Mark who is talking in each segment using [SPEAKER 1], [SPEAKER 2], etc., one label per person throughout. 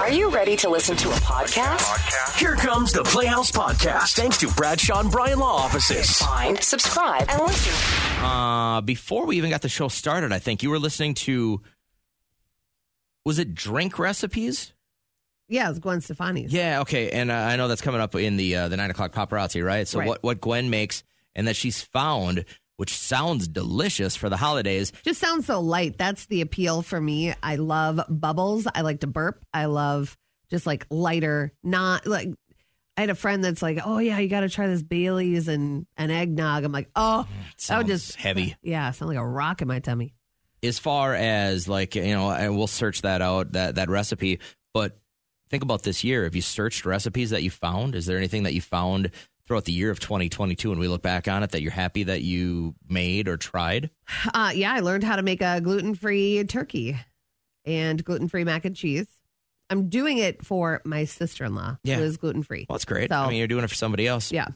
[SPEAKER 1] Are you ready to listen to a podcast?
[SPEAKER 2] Here comes the Playhouse Podcast, thanks to Bradshaw and Bryan Law Offices.
[SPEAKER 1] Find, subscribe, and listen.
[SPEAKER 3] Uh, before we even got the show started, I think you were listening to. Was it drink recipes?
[SPEAKER 4] Yeah, it's Gwen Stefani's.
[SPEAKER 3] Yeah, okay, and uh, I know that's coming up in the uh, the nine o'clock paparazzi, right? So
[SPEAKER 4] Right.
[SPEAKER 3] what what Gwen makes and that she's found, which sounds delicious for the holidays.
[SPEAKER 4] Just sounds so light. That's the appeal for me. I love bubbles. I like to burp. I love just like lighter, not like. I had a friend that's like, "Oh yeah, you got to try this Bailey's and an eggnog." I'm like, "Oh, that would
[SPEAKER 3] Mm, sounds
[SPEAKER 4] just
[SPEAKER 3] heavy.
[SPEAKER 4] Yeah, sound like a rock in my tummy.
[SPEAKER 3] As far as like you know, and we'll search that out that that recipe. But think about this year: have you searched recipes that you found? Is there anything that you found throughout the year of 2022, and we look back on it that you're happy that you made or tried?
[SPEAKER 4] Uh, yeah, I learned how to make a gluten free turkey and gluten free mac and cheese. I'm doing it for my sister in law
[SPEAKER 3] Yeah.
[SPEAKER 4] who is gluten free.
[SPEAKER 3] Well, that's great.
[SPEAKER 4] So-
[SPEAKER 3] I mean, you're doing it for somebody else.
[SPEAKER 4] Yeah.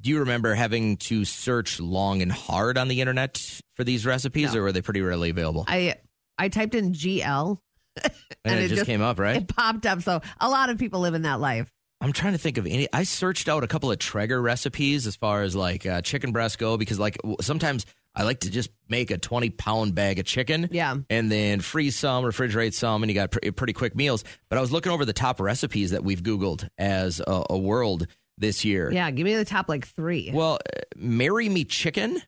[SPEAKER 3] Do you remember having to search long and hard on the internet for these recipes,
[SPEAKER 4] No.
[SPEAKER 3] or were they pretty readily available?
[SPEAKER 4] I I typed in GL
[SPEAKER 3] and,
[SPEAKER 4] and
[SPEAKER 3] it,
[SPEAKER 4] it
[SPEAKER 3] just,
[SPEAKER 4] just-
[SPEAKER 3] came up, right?
[SPEAKER 4] It popped up. So a lot of people live in that life.
[SPEAKER 3] I'm trying to think of any. I searched out a couple of Traeger recipes as far as like uh, chicken breast go because like w- sometimes I like to just make a 20 pound bag of chicken.
[SPEAKER 4] Yeah.
[SPEAKER 3] And then freeze some, refrigerate some, and you got pr- pretty quick meals. But I was looking over the top recipes that we've Googled as a, a world this year.
[SPEAKER 4] Yeah, give me the top like three.
[SPEAKER 3] Well, uh, marry me chicken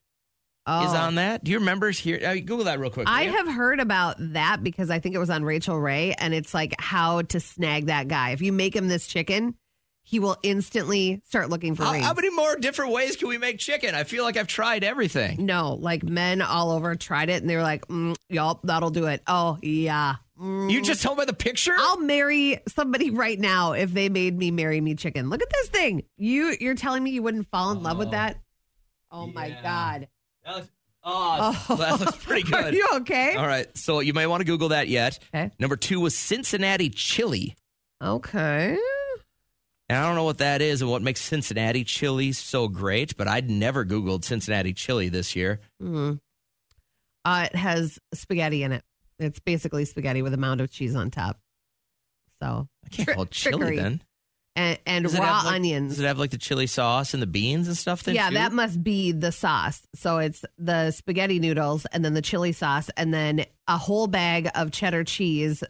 [SPEAKER 4] Oh.
[SPEAKER 3] is on that. Do you remember here? Uh, Google that real quick.
[SPEAKER 4] I
[SPEAKER 3] will ya?
[SPEAKER 4] have heard about that because I think it was on Rachel Ray, and it's like how to snag that guy. If you make him this chicken, he will instantly start looking for
[SPEAKER 3] How,
[SPEAKER 4] rings.
[SPEAKER 3] how many more different ways can we make chicken? I feel like I've tried everything.
[SPEAKER 4] no, like men all over tried it, and they were like, mm, "Yup, that'll do it." Oh yeah, Mm.
[SPEAKER 3] You just told by the picture.
[SPEAKER 4] I'll marry somebody right now if they made me marry me chicken. Look at this thing. You you're telling me you wouldn't fall in love with that? Oh my
[SPEAKER 3] yeah.
[SPEAKER 4] god.
[SPEAKER 3] That looks, oh, that looks pretty good.
[SPEAKER 4] Are you okay?
[SPEAKER 3] All right, so you may want to Google that yet.
[SPEAKER 4] Okay.
[SPEAKER 3] Number two was Cincinnati chili,
[SPEAKER 4] Okay.
[SPEAKER 3] and I don't know what that is and what makes Cincinnati chili so great, but I'd never Googled Cincinnati chili this year.
[SPEAKER 4] Mm. Uh, it has spaghetti in it. It's basically spaghetti with a mound of cheese on top. So
[SPEAKER 3] I can't
[SPEAKER 4] Tri-
[SPEAKER 3] call it chili
[SPEAKER 4] trickery.
[SPEAKER 3] then.
[SPEAKER 4] and and
[SPEAKER 3] Does it
[SPEAKER 4] raw
[SPEAKER 3] have, like-
[SPEAKER 4] onions.
[SPEAKER 3] Does it have like the chili sauce and the beans and stuff? Then
[SPEAKER 4] yeah,
[SPEAKER 3] too?
[SPEAKER 4] that must be the sauce. So it's the spaghetti noodles and then the chili sauce and then a whole bag of cheddar cheese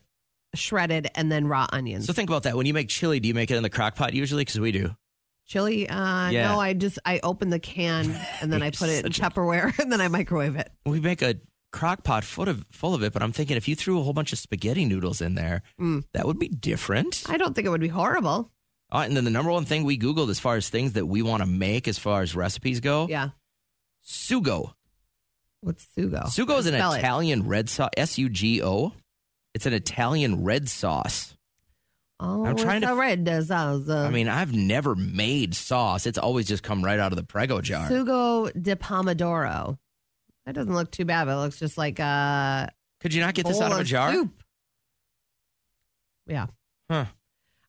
[SPEAKER 4] shredded and then raw onions.
[SPEAKER 3] So think about that. When you make chili, do you make it in the crock pot usually? Because we do.
[SPEAKER 4] chili uh
[SPEAKER 3] Yeah.
[SPEAKER 4] no, I just I open the can and then I
[SPEAKER 3] You're
[SPEAKER 4] put it in
[SPEAKER 3] such a-
[SPEAKER 4] Tupperware and then I microwave it.
[SPEAKER 3] We make a crock pot full of full of it, but I'm thinking if you threw a whole bunch of spaghetti noodles in there,
[SPEAKER 4] Mm.
[SPEAKER 3] that would be different.
[SPEAKER 4] I don't think it would be horrible.
[SPEAKER 3] All right, and then the number one thing we Googled as far as things that we want to make as far as recipes go,
[SPEAKER 4] Yeah.
[SPEAKER 3] sugo.
[SPEAKER 4] What's sugo?
[SPEAKER 3] Sugo is an
[SPEAKER 4] Oh, Spell it.
[SPEAKER 3] Italian red sauce. S U G O. It's an Italian red sauce.
[SPEAKER 4] Oh,
[SPEAKER 3] I'm trying to-
[SPEAKER 4] it's a red sauce.
[SPEAKER 3] I mean, I've never made sauce. It's always just come right out of the prego jar.
[SPEAKER 4] sugo de pomodoro. That doesn't look too bad, but it looks just like a
[SPEAKER 3] Could you not get this
[SPEAKER 4] bowl
[SPEAKER 3] out of a jar?
[SPEAKER 4] Soup. Yeah.
[SPEAKER 3] Huh.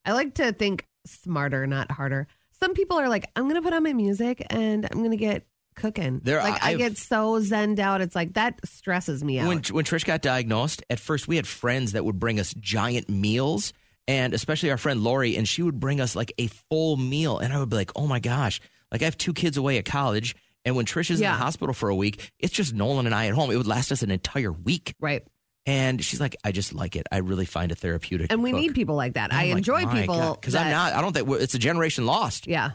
[SPEAKER 4] I like to think smarter, not harder. Some people are like, I'm gonna put on my music and I'm gonna get cooking.
[SPEAKER 3] There-
[SPEAKER 4] like I,
[SPEAKER 3] I've-
[SPEAKER 4] get so zened out. It's like that stresses me out.
[SPEAKER 3] When when Trish got diagnosed, at first we had friends that would bring us giant meals, and especially our friend Lori, and she would bring us like a full meal, and I would be like, "Oh my gosh!" Like I have two kids away at college, and when Trish is in
[SPEAKER 4] Yeah.
[SPEAKER 3] the hospital for a week, it's just Nolan and I at home. It would last us an entire week,
[SPEAKER 4] right.
[SPEAKER 3] and she's like, "I just like it. I really find it therapeutic."
[SPEAKER 4] And
[SPEAKER 3] to
[SPEAKER 4] we
[SPEAKER 3] cook." Oh
[SPEAKER 4] need people like that. I enjoy people
[SPEAKER 3] because I'm
[SPEAKER 4] that-
[SPEAKER 3] not. I don't think we're- it's a generation lost.
[SPEAKER 4] Yeah.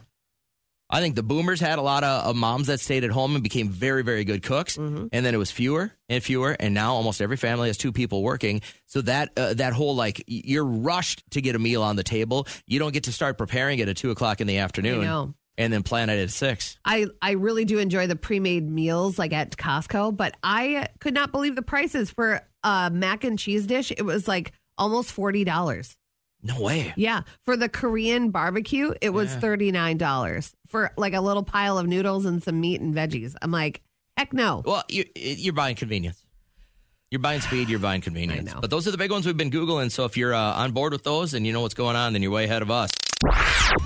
[SPEAKER 3] I think the boomers had a lot of uh, moms that stayed at home and became very, very good cooks, and then it was fewer and fewer, and now almost every family has two people working. So that uh, that whole like y- you're rushed to get a meal on the table, you don't get to start preparing it at two o'clock in the afternoon,
[SPEAKER 4] know.
[SPEAKER 3] and then plan it at six.
[SPEAKER 4] I, I really do enjoy the pre-made meals like at Costco, but I could not believe the prices for a mac and cheese dish. It was like almost forty dollars.
[SPEAKER 3] No way.
[SPEAKER 4] Yeah, for the Korean barbecue, it was thirty nine dollars for like a little pile of noodles and some meat and veggies. I'm like, heck no.
[SPEAKER 3] Well, you, you're buying convenience. You're buying speed. You're buying convenience.
[SPEAKER 4] know.
[SPEAKER 3] But those are the big ones we've been googling. So if you're uh, on board with those and you know what's going on, then you're way ahead of us.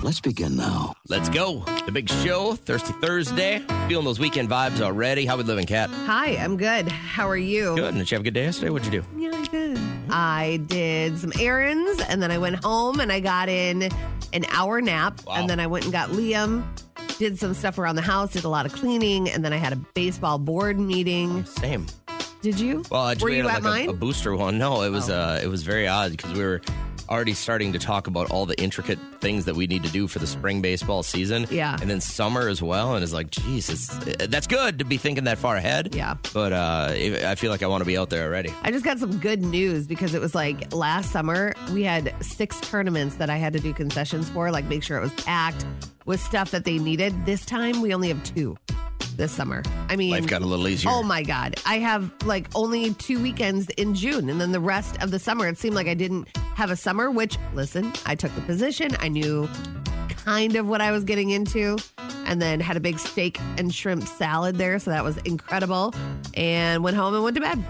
[SPEAKER 2] Let's begin now.
[SPEAKER 3] Let's go. The big show, Thirsty Thursday. Feeling those weekend vibes already. How we living, Kat?
[SPEAKER 4] Hi, I'm good. How are you?
[SPEAKER 3] Good. Did you have a good day yesterday? What'd you do?
[SPEAKER 4] Yeah, I'm good. I did some errands and then I went home and I got in an hour nap. And then I went and got Liam, did some stuff around the house, did a lot of cleaning, and then I had a baseball board meeting.
[SPEAKER 3] Same.
[SPEAKER 4] Did you?
[SPEAKER 3] Well, I just
[SPEAKER 4] Were
[SPEAKER 3] made
[SPEAKER 4] you
[SPEAKER 3] it like a-
[SPEAKER 4] at mine? Oh.
[SPEAKER 3] A, booster one. No, it was uh, it was very odd because we were already starting to talk about all the intricate things that we need to do for the spring baseball season.
[SPEAKER 4] Yeah.
[SPEAKER 3] and then summer as well. And it's like, Jesus, uh, that's good to be thinking that far ahead.
[SPEAKER 4] Yeah.
[SPEAKER 3] but uh, I feel like I want to be out there already.
[SPEAKER 4] I just got some good news because it was like last summer we had six tournaments that I had to do concessions for, like make sure it was packed with stuff that they needed. This time we only have two this summer. I mean,
[SPEAKER 3] Life got a little easier.
[SPEAKER 4] Oh my God. I have like only two weekends in June and then the rest of the summer. It seemed like I didn't have a summer, which, listen, I took the position. I knew kind of what I was getting into and then had a big steak and shrimp salad there. So that was incredible. And went home and went to bed.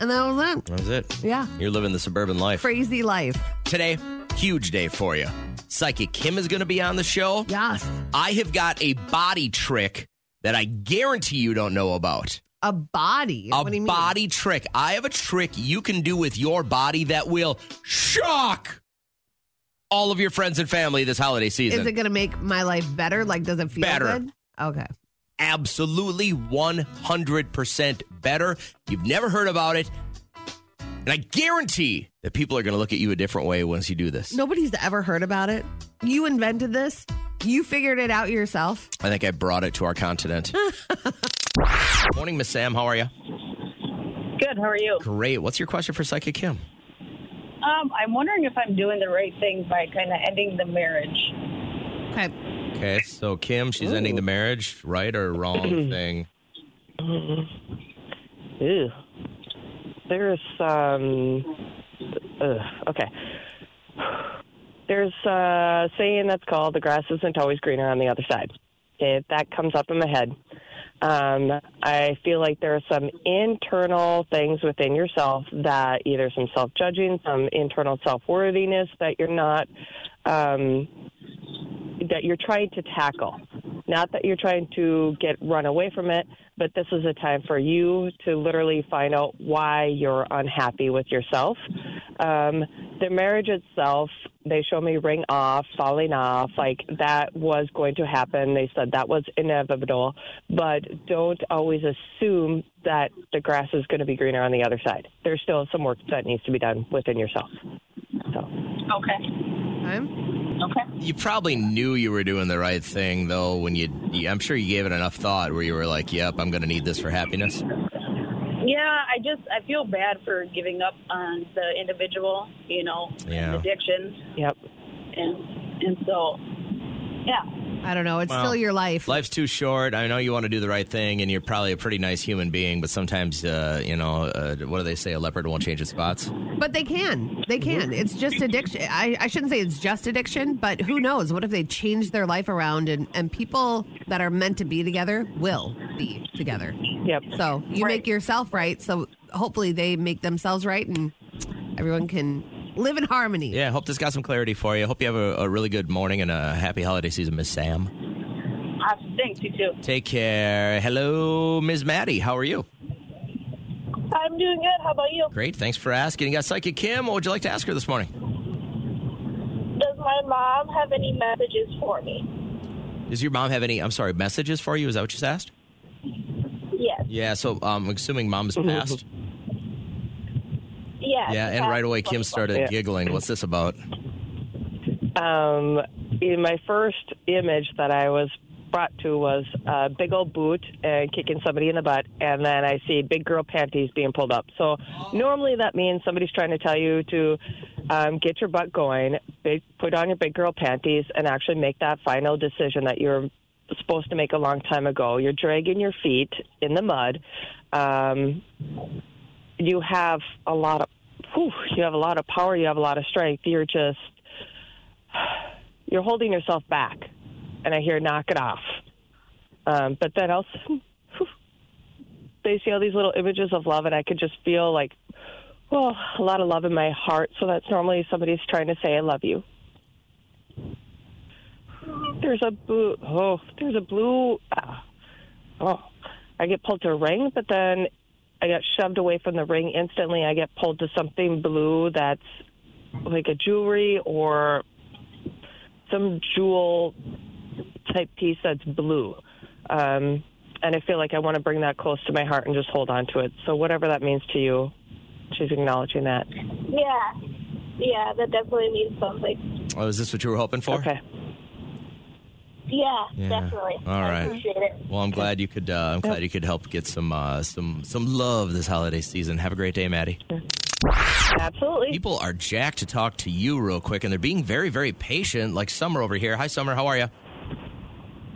[SPEAKER 4] And that was it.
[SPEAKER 3] That was it.
[SPEAKER 4] Yeah.
[SPEAKER 3] You're living the suburban life.
[SPEAKER 4] Crazy life.
[SPEAKER 3] Today, huge day for you. Psychic Kim is going to be on the show.
[SPEAKER 4] Yes.
[SPEAKER 3] I have got a body trick that I guarantee you don't know about.
[SPEAKER 4] A body.
[SPEAKER 3] A
[SPEAKER 4] what do you mean?
[SPEAKER 3] body trick. I have a trick you can do with your body that will shock all of your friends and family this holiday season.
[SPEAKER 4] Is it going to make my life better? Like, does it feel
[SPEAKER 3] Better.
[SPEAKER 4] good? Okay.
[SPEAKER 3] Absolutely 100% better. You've never heard about it. And I guarantee that people are going to look at you a different way once you do this.
[SPEAKER 4] Nobody's ever heard about it. You invented this. You figured it out yourself.
[SPEAKER 3] I think I brought it to our continent. Morning, Miss Sam. How are you?
[SPEAKER 5] Good. How are you?
[SPEAKER 3] Great. What's your question for Psychic Kim?
[SPEAKER 5] Um, I'm wondering if I'm doing the right thing by kind of ending the marriage.
[SPEAKER 4] Okay.
[SPEAKER 3] Okay, so Kim, she's ending the marriage. Right or wrong thing?
[SPEAKER 6] Ew. There's um ugh, okay. There's uh saying that's called the grass isn't always greener on the other side. If that comes up in my head, um, I feel like there are some internal things within yourself that either some self judging, some internal self worthiness that you're not um, that you're trying to tackle. Not that you're trying to get run away from it, but this is a time for you to literally find out why you're unhappy with yourself. Um, the marriage itself, they show me ring off, falling off, like that was going to happen. They said that was inevitable, but don't always assume that the grass is going to be greener on the other side. There's still some work that needs to be done within yourself. So.
[SPEAKER 5] Okay.
[SPEAKER 4] Okay.
[SPEAKER 5] Okay.
[SPEAKER 3] You probably knew you were doing the right thing, though. When you, you- I'm sure you gave it enough thought where you were like, "Yep, I'm going to need this for happiness."
[SPEAKER 5] Yeah, I just I feel bad for giving up on the individual, you know, and
[SPEAKER 3] Yeah.
[SPEAKER 5] addiction,
[SPEAKER 6] Yep.
[SPEAKER 5] and and so, yeah,
[SPEAKER 4] I don't know. It's
[SPEAKER 3] Well,
[SPEAKER 4] still your life.
[SPEAKER 3] Life's too short. I know you want to do the right thing, and you're probably a pretty nice human being, but sometimes, uh, you know, uh, what do they say? A leopard won't change its spots.
[SPEAKER 4] But they can. They
[SPEAKER 3] Mm-hmm.
[SPEAKER 4] can. It's just addiction. I, I shouldn't say it's just addiction, but who knows? What if they change their life around and, and people that are meant to be together will be together?
[SPEAKER 6] Yep.
[SPEAKER 4] So you
[SPEAKER 5] Right.
[SPEAKER 4] make yourself right. So hopefully they make themselves right and everyone can live in harmony.
[SPEAKER 3] Yeah, hope this got some clarity for you. Hope you have a, a really good morning and a happy holiday season, Miss Sam.
[SPEAKER 5] awesome. Thanks you too.
[SPEAKER 3] Take care. Hello, Ms. Maddie. How are you?
[SPEAKER 5] I'm doing good. How about you?
[SPEAKER 3] Great. Thanks for asking. You got Psychic Kim. What would you like to ask her this morning?
[SPEAKER 5] Does my mom have any messages for me?
[SPEAKER 3] Does your mom have any, I'm sorry, messages for you? Is that what you asked?
[SPEAKER 5] Yes.
[SPEAKER 3] Yeah, so um, assuming mom's passed.
[SPEAKER 5] Yes.
[SPEAKER 3] Yeah, and right away Kim started
[SPEAKER 6] Yeah.
[SPEAKER 3] giggling. What's this about?
[SPEAKER 6] um, in my first image that I was brought to was a big old boot and kicking somebody in the butt, and then I see big girl panties being pulled up. So normally that means somebody's trying to tell you to um, get your butt going, big, put on your big girl panties, and actually make that final decision that you're supposed to make a long time ago. You're dragging your feet in the mud. Um, you have a lot of, whew, you have a lot of power. You have a lot of strength. You're just you're holding yourself back. And I hear, knock it off. Um, but then also, they see all these little images of love, and I could just feel like, well, a lot of love in my heart. So that's normally somebody's trying to say, I love you. There's a blue, oh, there's a blue, ah, oh, I get pulled to a ring, but then I got shoved away from the ring instantly. I get pulled to something blue that's like a jewelry or some jewel type piece that's blue. Um, and I feel like I want to bring that close to my heart and just hold on to it. So whatever that means to you, she's acknowledging that.
[SPEAKER 5] Yeah. Yeah, that definitely means something.
[SPEAKER 3] Oh, is this what you were hoping for?
[SPEAKER 6] Okay.
[SPEAKER 5] Yeah,
[SPEAKER 3] Yeah.
[SPEAKER 5] definitely.
[SPEAKER 3] All
[SPEAKER 5] I
[SPEAKER 3] right.
[SPEAKER 5] appreciate it.
[SPEAKER 3] Well, I'm glad you could. Uh, I'm glad you could help get some uh, some some love this holiday season. Have a great day, Maddie.
[SPEAKER 6] Absolutely.
[SPEAKER 3] People are jacked to talk to you real quick, and they're being very very patient. Like Summer over here. Hi, Summer. How are you?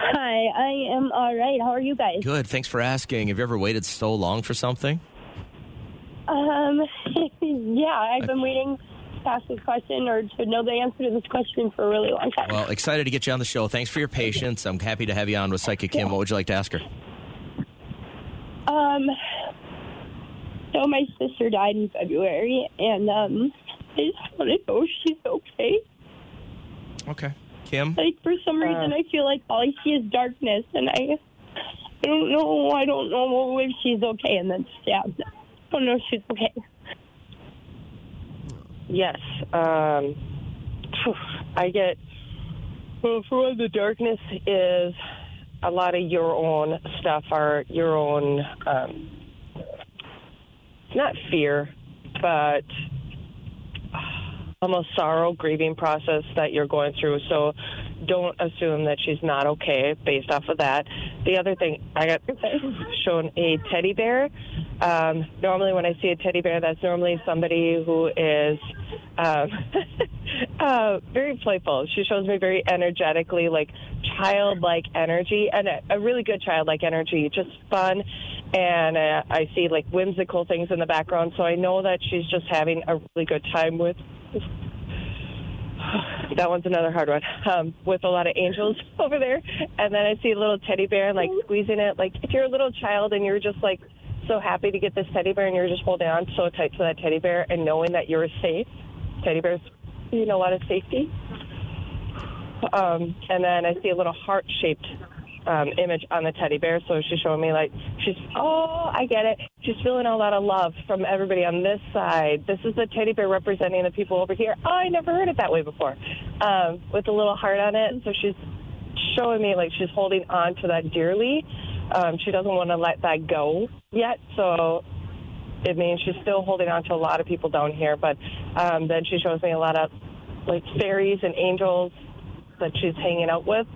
[SPEAKER 7] Hi, I am all right. How are you guys?
[SPEAKER 3] Good. Thanks for asking. Have you ever waited so long for something?
[SPEAKER 7] Um, yeah, I've been waiting to ask this question or to know the answer to this question for a really long time.
[SPEAKER 3] Well, excited to get you on the show. Thanks for your patience. I'm happy to have you on with Psychic Kim. What would you like to ask her?
[SPEAKER 7] Um, so my sister died in February, and um, I just want to know if she's okay.
[SPEAKER 3] Okay, Kim.
[SPEAKER 7] Like for some
[SPEAKER 3] Uh.
[SPEAKER 7] reason, I feel like all I see is darkness, and I, I don't know. I don't know if she's okay, and then yeah, I don't know if she's okay.
[SPEAKER 6] Yes. Um, phew, I get. Well, for one, the darkness is a lot of your own stuff, or your own. Um, not fear, but almost sorrow, grieving process that you're going through. So don't assume that she's not okay based off of that. The other thing, I got shown a teddy bear. Um, normally, when I see a teddy bear, that's normally somebody who is um, uh, very playful. She shows me very energetically, like childlike energy, and a, a really good childlike energy, just fun. And uh, I see like whimsical things in the background, so I know that she's just having a really good time with that one's another hard one um, with a lot of angels over there and then i see a little teddy bear like squeezing it like if you're a little child and you're just like so happy to get this teddy bear and you're just holding on so tight to that teddy bear and knowing that you're safe teddy bears you know a lot of safety um, and then i see a little heart shaped um, image on the teddy bear so she's showing me like she's oh i get it she's feeling a lot of love from everybody on this side this is the teddy bear representing the people over here oh i never heard it that way before um, with a little heart on it so she's showing me like she's holding on to that dearly um, she doesn't want to let that go yet so it means she's still holding on to a lot of people down here but um, then she shows me a lot of like fairies and angels that she's hanging out with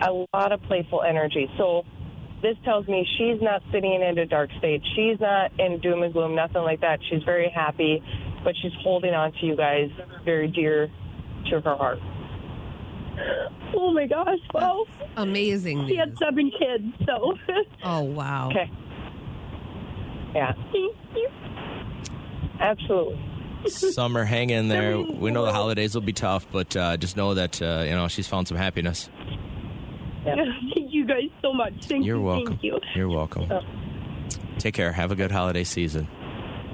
[SPEAKER 6] a lot of playful energy so this tells me she's not sitting in a dark state she's not in doom and gloom nothing like that she's very happy but she's holding on to you guys very dear to her heart
[SPEAKER 7] Oh my gosh! Well,
[SPEAKER 4] Amazing.
[SPEAKER 7] she had
[SPEAKER 4] news.
[SPEAKER 7] seven kids, so
[SPEAKER 4] Oh, wow.
[SPEAKER 6] okay yeah
[SPEAKER 7] thank you.
[SPEAKER 6] absolutely
[SPEAKER 3] Summer, hang in there. We know the holidays will be tough, but uh, just know that uh, you know she's found some happiness.
[SPEAKER 7] Thank you guys so much. Thank
[SPEAKER 3] You're
[SPEAKER 7] you.
[SPEAKER 3] welcome.
[SPEAKER 7] Thank you. Uh,
[SPEAKER 3] You're welcome. Take care. Have a good holiday season.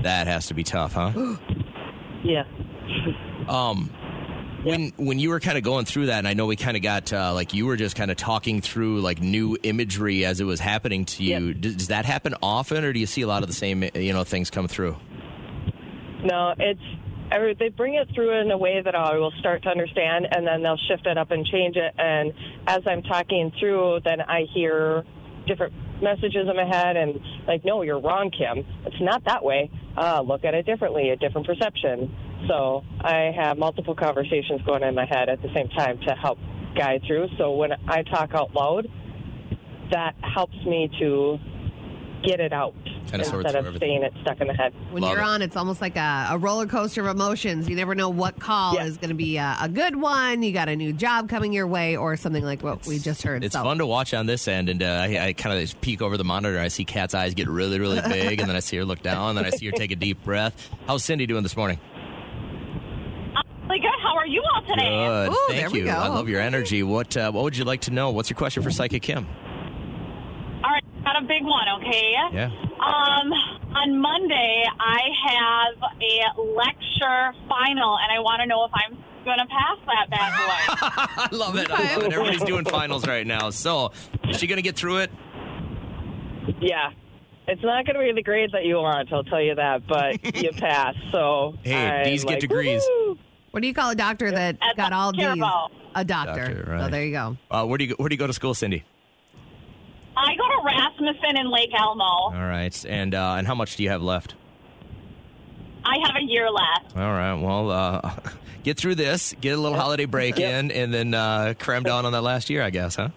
[SPEAKER 3] That has to be tough, huh?
[SPEAKER 6] yeah
[SPEAKER 3] Um, when when you were kind of going through that, and I know we kind of got uh, like you were just kind of talking through like new imagery as it was happening to you. Does, does that happen often, or do you see a lot of the same you know things come through?
[SPEAKER 6] No, it's every- they bring it through in a way that I will start to understand, and then they'll shift it up and change it. And as I'm talking through, then I hear different messages in my head, and like, no, you're wrong, Kim. It's not that way. Uh, look at it differently, a different perception. So I have multiple conversations going in my head at the same time to help guide through. So when I talk out loud, that helps me to get it out
[SPEAKER 3] Kinda sort through
[SPEAKER 6] instead of
[SPEAKER 3] everything.
[SPEAKER 6] staying it stuck in the head.
[SPEAKER 4] When
[SPEAKER 3] Love
[SPEAKER 4] you're
[SPEAKER 3] it.
[SPEAKER 4] on, it's almost like a, a roller coaster of emotions. You never know what call
[SPEAKER 6] Yeah.
[SPEAKER 4] is going to be a, a good one. You got a new job coming your way, or something like what we just heard.
[SPEAKER 3] It's
[SPEAKER 4] So-
[SPEAKER 3] fun to watch on this end, and uh, I, I kind of peek over the monitor. I see Kat's eyes get really, really big, and then I see her look down, and then I see her take a deep breath. How's Cindy doing this morning?
[SPEAKER 5] Like, how are you all today?
[SPEAKER 3] Good,
[SPEAKER 4] Ooh,
[SPEAKER 3] thank
[SPEAKER 4] there we
[SPEAKER 3] you.
[SPEAKER 4] go.
[SPEAKER 3] I love your energy. What uh, What would you like to know? What's your question for Psychic Kim?
[SPEAKER 5] All right, got a big one, okay?
[SPEAKER 3] Yeah.
[SPEAKER 5] Um, on Monday, I have a lecture final, and I want to know if I'm going to pass that bad boy.
[SPEAKER 3] I love it. I love it. Everybody's doing finals right now. So, is she going to get through it?
[SPEAKER 6] Yeah. It's not going to be the grade that you want, I'll tell you that, but you pass. So
[SPEAKER 8] Hey,
[SPEAKER 6] I'm
[SPEAKER 8] these get
[SPEAKER 6] like,
[SPEAKER 8] degrees.
[SPEAKER 6] woo-hoo.
[SPEAKER 4] What do you call a doctor that
[SPEAKER 5] A
[SPEAKER 4] got all
[SPEAKER 5] doctor.
[SPEAKER 4] D's? A doctor.
[SPEAKER 3] Doctor, right.
[SPEAKER 4] So there you go.
[SPEAKER 3] Uh, where do you go, where do you go to school, Cindy?
[SPEAKER 5] I go to Rasmussen in Lake
[SPEAKER 3] All
[SPEAKER 5] Elmo.
[SPEAKER 3] right, and uh, and how much do you have left?
[SPEAKER 5] I have a year left.
[SPEAKER 3] All right, well, uh, get through this, get a little holiday break in, and then uh, cram down on that last year, I guess, huh?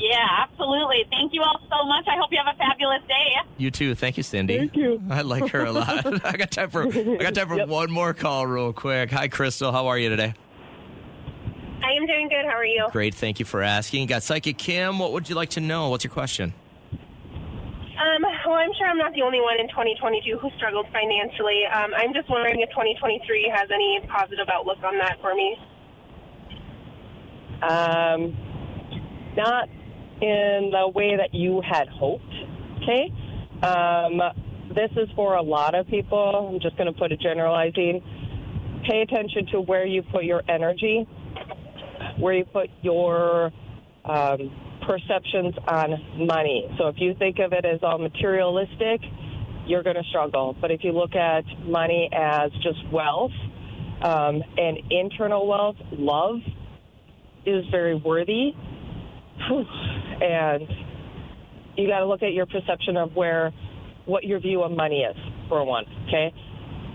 [SPEAKER 5] Yeah, absolutely. Thank you all so much. I hope you have a fabulous day.
[SPEAKER 3] You too. Thank you, Cindy. Thank you. I like her a lot. I got time for I got time for one more call, real quick. Hi, Crystal. How are you today?
[SPEAKER 9] I am doing good. How are you?
[SPEAKER 3] Great. Thank you for asking. Got psychic Kim. What would you like to know? What's your question?
[SPEAKER 9] Um, well, I'm sure I'm not the only one in 2022 who struggled financially. Um, I'm just wondering if 2023 has any positive outlook on that for me.
[SPEAKER 6] Um, not in the way that you had hoped. Okay. Um, this is for a lot of people. I'm just going to put it generalizing. Pay attention to where you put your energy, where you put your um, perceptions on money. So if you think of it as all materialistic, you're going to struggle. But if you look at money as just wealth um, and internal wealth, love, is very worthy. And you got to look at your perception of where, what your view of money is, for one, okay?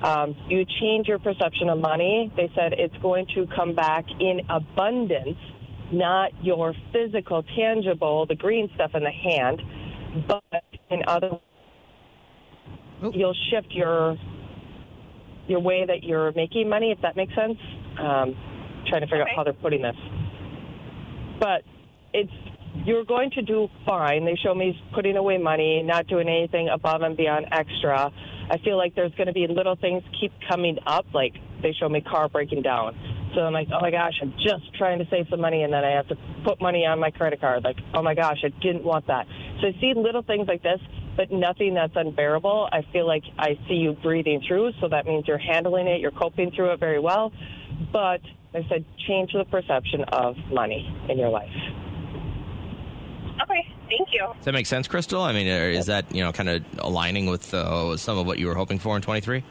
[SPEAKER 6] Um, you change your perception of money. They said it's going to come back in abundance, not your physical, tangible, the green stuff in the hand, but in other, you'll shift your your way that you're making money, if that makes sense. Um, trying to figure out
[SPEAKER 9] Okay.
[SPEAKER 6] how they're putting this, but it's you're going to do fine. They show me putting away money, not doing anything above and beyond extra. I feel like there's going to be little things keep coming up, like they show me car breaking down. So I'm like, oh my gosh, I'm just trying to save some money, and then I have to put money on my credit card. Like, oh my gosh, I didn't want that. So I see little things like this, but nothing that's unbearable. I feel like I see you breathing through, so that means you're handling it, you're coping through it very well. But I said, change the perception of money in your life.
[SPEAKER 9] Okay, thank you.
[SPEAKER 3] Does that make sense, Crystal? I mean, or is that you know kind of aligning with uh, some of what you were hoping for in twenty three?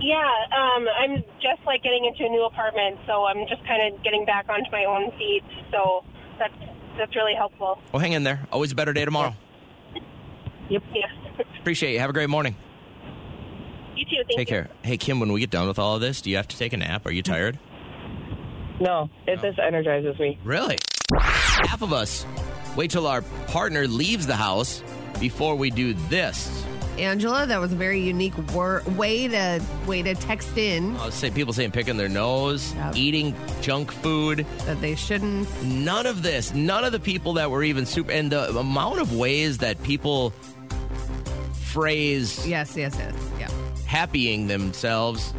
[SPEAKER 9] Yeah, um, I'm just like getting into a new apartment, so I'm just kind of getting back onto my own feet. So that's that's really helpful.
[SPEAKER 3] Well, hang in there. Always a better day tomorrow.
[SPEAKER 9] Yep. Yeah.
[SPEAKER 3] Appreciate you. Have a great morning.
[SPEAKER 9] you too. Thank
[SPEAKER 3] Take
[SPEAKER 9] you.
[SPEAKER 3] care. Hey, Kim. When we get done with all of this, do you have to take a nap? Are you tired?
[SPEAKER 6] No, it just energizes me.
[SPEAKER 3] Really? Half of us wait till our partner leaves the house before we do this.
[SPEAKER 4] Angela, that was a very unique wor- way to way to text in
[SPEAKER 3] Uh, say, people saying picking their nose,
[SPEAKER 4] Yep.
[SPEAKER 3] eating junk food.
[SPEAKER 4] that they shouldn't.
[SPEAKER 3] None of this. None of the people that were even super. And the amount of ways that people phrase
[SPEAKER 4] Yes, yes, yes. Yeah.
[SPEAKER 3] happying themselves.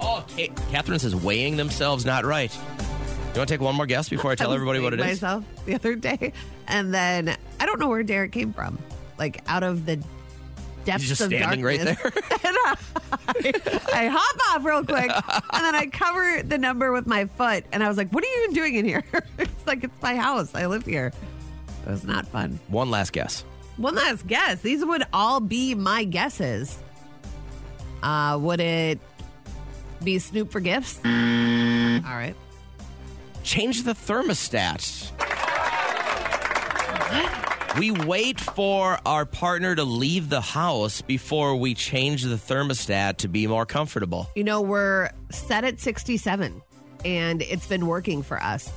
[SPEAKER 3] Oh, Ka- Catherine says weighing themselves not right. You want to take one more guess before I tell
[SPEAKER 4] was
[SPEAKER 3] everybody what it
[SPEAKER 4] thinking
[SPEAKER 3] is?
[SPEAKER 4] myself the other day, and then I don't know where Derek came from, like out of the depths
[SPEAKER 3] He's just
[SPEAKER 4] of
[SPEAKER 3] standing right
[SPEAKER 4] darkness. and I, I hop off real quick, and then I cover the number with my foot, and I was like, "What are you even doing in here?" it's like it's my house. I live here. It was not fun.
[SPEAKER 3] One last guess.
[SPEAKER 4] One last guess. These would all be my guesses. Uh, would it be Snoop for gifts? All right.
[SPEAKER 3] change the thermostat. We wait for our partner to leave the house before we change the thermostat to be more comfortable.
[SPEAKER 4] You know, we're set at 67 and it's been working for us.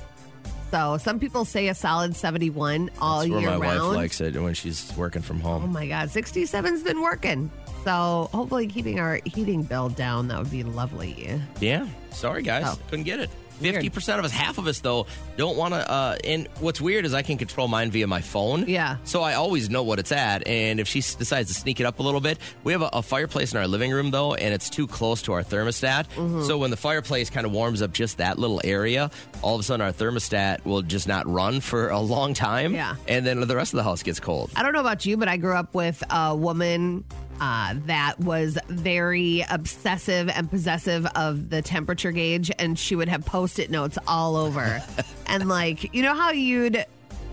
[SPEAKER 4] So some people say a solid 71 all
[SPEAKER 3] That's where
[SPEAKER 4] year
[SPEAKER 3] my
[SPEAKER 4] round.
[SPEAKER 3] wife likes it when she's working from
[SPEAKER 4] oh
[SPEAKER 3] home.
[SPEAKER 4] my God, 67's been working. So hopefully keeping our heating bill down, that would be lovely.
[SPEAKER 3] Yeah. Sorry, guys.
[SPEAKER 4] Oh.
[SPEAKER 3] Couldn't get it.
[SPEAKER 4] Weird.
[SPEAKER 3] 50% of us, half of us, though, don't want to. Uh, and what's weird is I can control mine via my phone.
[SPEAKER 4] Yeah.
[SPEAKER 3] So I always know what it's at. And if she s- decides to sneak it up a little bit, we have a, a fireplace in our living room, though, and it's too close to our thermostat.
[SPEAKER 4] Mm-hmm.
[SPEAKER 3] So when the fireplace kind of warms up just that little area, all of a sudden our thermostat will just not run for a long time.
[SPEAKER 4] Yeah.
[SPEAKER 3] And then the rest of the house gets cold.
[SPEAKER 4] I don't know about you, but I grew up with a woman uh, that was very obsessive and possessive of the temperature gauge, and she would have post it notes all over. and, like, you know how you'd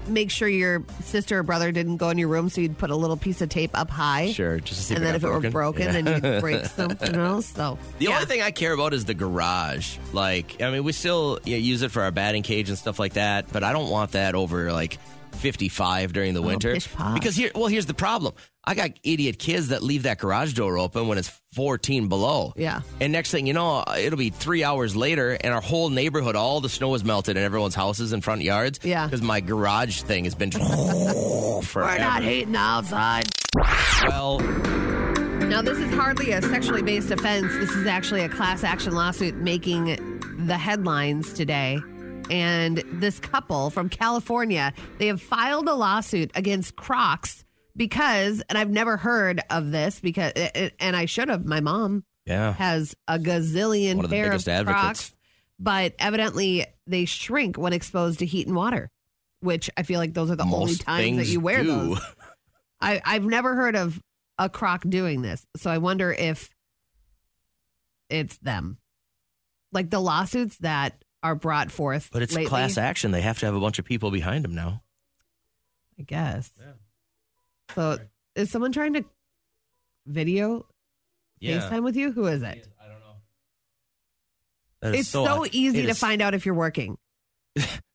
[SPEAKER 4] make sure your sister or brother didn't go in your room, so you'd put a little piece of tape up high.
[SPEAKER 3] Sure, just to see
[SPEAKER 4] And
[SPEAKER 3] if it
[SPEAKER 4] then
[SPEAKER 3] got
[SPEAKER 4] if it were broken,
[SPEAKER 3] broken. Yeah.
[SPEAKER 4] then you'd break something else. So
[SPEAKER 3] The
[SPEAKER 4] yeah.
[SPEAKER 3] only thing I care about is the garage. Like, I mean, we still you know, use it for our batting cage and stuff like that, but I don't want that over like 55 during the winter.
[SPEAKER 4] Oh, pish posh.
[SPEAKER 3] Because here, well, here's the problem. I got idiot kids that leave that garage door open when it's 14 below.
[SPEAKER 4] Yeah.
[SPEAKER 3] And next thing you know, it'll be three hours later, and our whole neighborhood, all the snow is melted in everyone's houses and front yards.
[SPEAKER 4] Yeah.
[SPEAKER 3] Because my garage thing has been forever.
[SPEAKER 4] we're not hating the outside.
[SPEAKER 3] Well,
[SPEAKER 4] Now, this is hardly a sexually based offense. This is actually a class action lawsuit making the headlines today. And this couple from California, they have filed a lawsuit against Crocs because, and I've never heard of this because, and I should have. My mom
[SPEAKER 3] yeah.
[SPEAKER 4] has a gazillion
[SPEAKER 3] One of the
[SPEAKER 4] pair
[SPEAKER 3] biggest
[SPEAKER 4] of
[SPEAKER 3] advocates.
[SPEAKER 4] Crocs, but evidently they shrink when exposed to heat and water, which I feel like those are the only
[SPEAKER 3] Most
[SPEAKER 4] times that
[SPEAKER 3] things
[SPEAKER 4] you wear
[SPEAKER 3] do.
[SPEAKER 4] those. I, I've never heard of a croc doing this. So I wonder if it's them. Like the lawsuits that are brought forth.
[SPEAKER 3] But it's
[SPEAKER 4] lately,
[SPEAKER 3] class action. They have to have a bunch of people behind them now.
[SPEAKER 4] I guess. So is someone trying to video FaceTime with you? Who is it?
[SPEAKER 3] I don't know. That is
[SPEAKER 4] It's so, easy
[SPEAKER 3] it
[SPEAKER 4] to
[SPEAKER 3] is-
[SPEAKER 4] find out if you're working.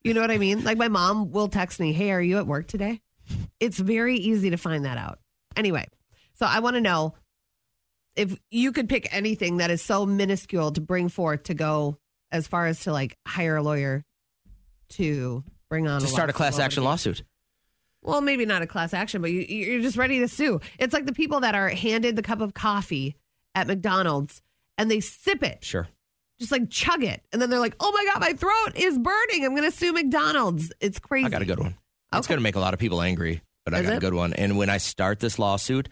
[SPEAKER 4] you know what I mean? Like my mom will text me, "Hey, are you at work today?" It's very easy to find that out. Anyway, so I want to know if you could pick anything that is so minuscule to bring forth to go as far as to like hire a lawyer to bring on
[SPEAKER 3] to start a
[SPEAKER 4] lawsuit.
[SPEAKER 3] class
[SPEAKER 4] What would
[SPEAKER 3] action
[SPEAKER 4] it be?
[SPEAKER 3] lawsuit.
[SPEAKER 4] Well, maybe not a class action, but you, you're just ready to sue. It's like the people that are handed the cup of coffee at McDonald's and they sip it
[SPEAKER 3] Sure.
[SPEAKER 4] just like chug it. And then they're like, oh my God, my throat is burning. I'm going to sue McDonald's. It's crazy.
[SPEAKER 3] I got a good one. It's
[SPEAKER 4] Okay.
[SPEAKER 3] going to make a lot of people angry, but I
[SPEAKER 4] Is
[SPEAKER 3] got
[SPEAKER 4] it?
[SPEAKER 3] a good one. And when I start this lawsuit,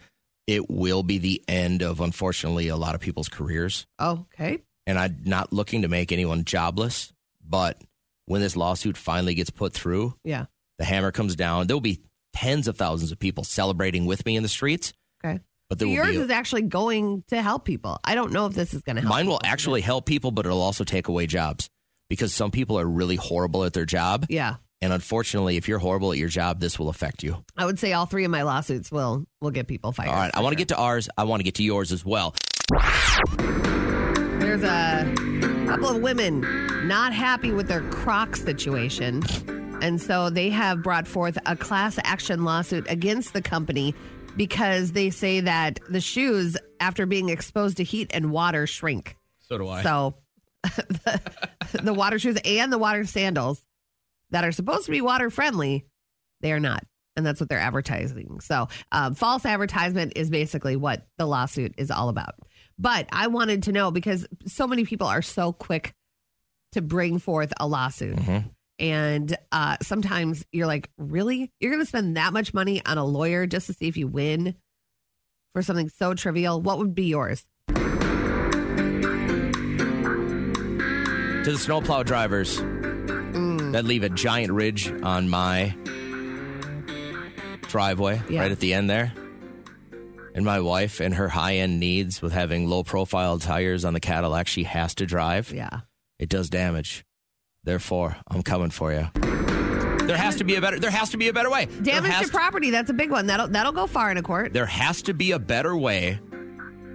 [SPEAKER 3] it will be the end of, unfortunately, a lot of people's careers.
[SPEAKER 4] Oh, Okay.
[SPEAKER 3] And I'm not looking to make anyone jobless, but when this lawsuit finally gets put through,
[SPEAKER 4] Yeah.
[SPEAKER 3] the hammer comes down. There'll be tens of thousands of people celebrating with me in the streets,
[SPEAKER 4] Okay.
[SPEAKER 3] but
[SPEAKER 4] So
[SPEAKER 3] there will
[SPEAKER 4] yours
[SPEAKER 3] be
[SPEAKER 4] is actually going to help people. I don't know if this is going to help.
[SPEAKER 3] Mine will
[SPEAKER 4] people.
[SPEAKER 3] actually help people, but it'll also take away jobs because some people are really horrible at their job.
[SPEAKER 4] Yeah.
[SPEAKER 3] And unfortunately, if you're horrible at your job, this will affect you.
[SPEAKER 4] I would say all three of my lawsuits will will get people fired.
[SPEAKER 3] All right. I want to get to ours. I want to get to yours as well.
[SPEAKER 4] There's a couple of women not happy with their croc situation. And so they have brought forth a class action lawsuit against the company because they say that the shoes, after being exposed to heat and water, shrink.
[SPEAKER 3] So do I.
[SPEAKER 4] So the, the water shoes and the water sandals that are supposed to be water friendly, they are not. And that's what they're advertising. So um, false advertisement is basically what the lawsuit is all about. But I wanted to know because so many people are so quick to bring forth a lawsuit. And uh, sometimes you're like, really? You're going to spend that much money on a lawyer just to see if you win for something so trivial? What would be yours?
[SPEAKER 3] to the snowplow drivers that leave a giant ridge on my driveway
[SPEAKER 4] Yeah.
[SPEAKER 3] right at the end there. And my wife and her high end needs with having low profile tires on the Cadillac she has to drive.
[SPEAKER 4] Yeah.
[SPEAKER 3] it does damage. Therefore, I'm coming for you. There has to be a better. There has to be a better way. There
[SPEAKER 4] Damage
[SPEAKER 3] has
[SPEAKER 4] to property. That's a big one. That'll that'll go far in a court.
[SPEAKER 3] There has to be a better way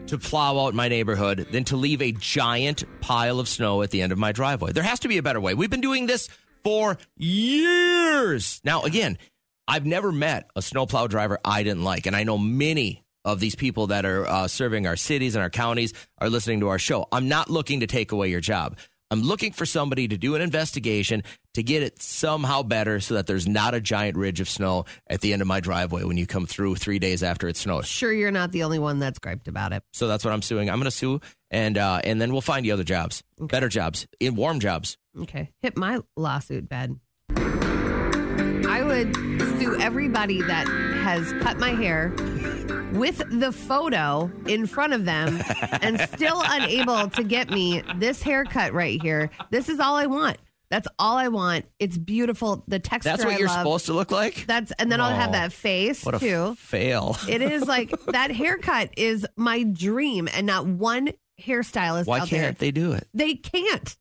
[SPEAKER 3] to plow out my neighborhood than to leave a giant pile of snow at the end of my driveway. There has to be a better way. We've been doing this for years. Now, again, I've never met a snowplow driver I didn't like, and I know many of these people that are uh, serving our cities and our counties are listening to our show. I'm not looking to take away your job. I'm looking for somebody to do an investigation to get it somehow better so that there's not a giant ridge of snow at the end of my driveway when you come through three days after it snows.
[SPEAKER 4] Sure, you're not the only one that's griped about it.
[SPEAKER 3] So that's what I'm suing. I'm going to sue, and uh, and then we'll find you other jobs, better jobs, in warm jobs.
[SPEAKER 4] Okay, hit my lawsuit bed. I would sue everybody that has cut my hair with the photo in front of them and still unable to get me this haircut right here. This is all I want. That's all I want. It's beautiful. The texture.
[SPEAKER 3] That's what
[SPEAKER 4] I
[SPEAKER 3] you're
[SPEAKER 4] love.
[SPEAKER 3] supposed to look like.
[SPEAKER 4] That's and then I'll have
[SPEAKER 3] Wow.
[SPEAKER 4] that face
[SPEAKER 3] What a
[SPEAKER 4] too.
[SPEAKER 3] f- fail!
[SPEAKER 4] It is like that haircut is my dream, and not one hairstylist
[SPEAKER 3] Why
[SPEAKER 4] out
[SPEAKER 3] can't
[SPEAKER 4] there.
[SPEAKER 3] they do it?
[SPEAKER 4] They can't.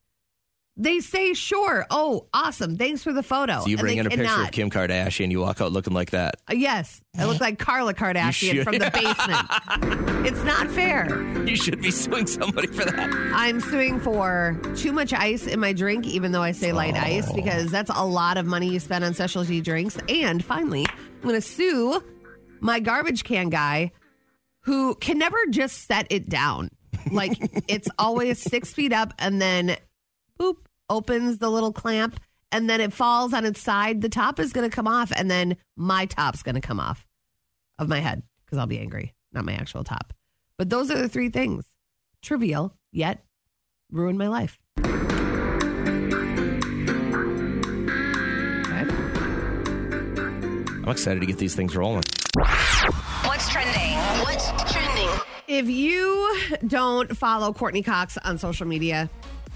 [SPEAKER 4] They say, sure. Oh, awesome. Thanks for the photo.
[SPEAKER 3] So you
[SPEAKER 4] And
[SPEAKER 3] bring
[SPEAKER 4] they
[SPEAKER 3] in a picture
[SPEAKER 4] cannot.
[SPEAKER 3] of Kim Kardashian, you walk out looking like that.
[SPEAKER 4] Uh, Yes. I look like Carla Kardashian
[SPEAKER 3] should.
[SPEAKER 4] from the basement. it's not fair.
[SPEAKER 3] You should be suing somebody for that.
[SPEAKER 4] I'm suing for too much ice in my drink, even though I say light ice, because that's a lot of money you spend on specialty drinks. And finally, I'm going to sue my garbage can guy who can never just set it down. Like it's always six feet up and then boop, opens the little clamp and then it falls on its side. The top is going to come off and then my top's going to come off of my head because I'll be angry, not my actual top. But those are the three things trivial, yet ruined my life. Okay.
[SPEAKER 3] I'm excited to get these things rolling.
[SPEAKER 1] What's trending? What's trending?
[SPEAKER 4] If you don't follow Courtney Cox on social media,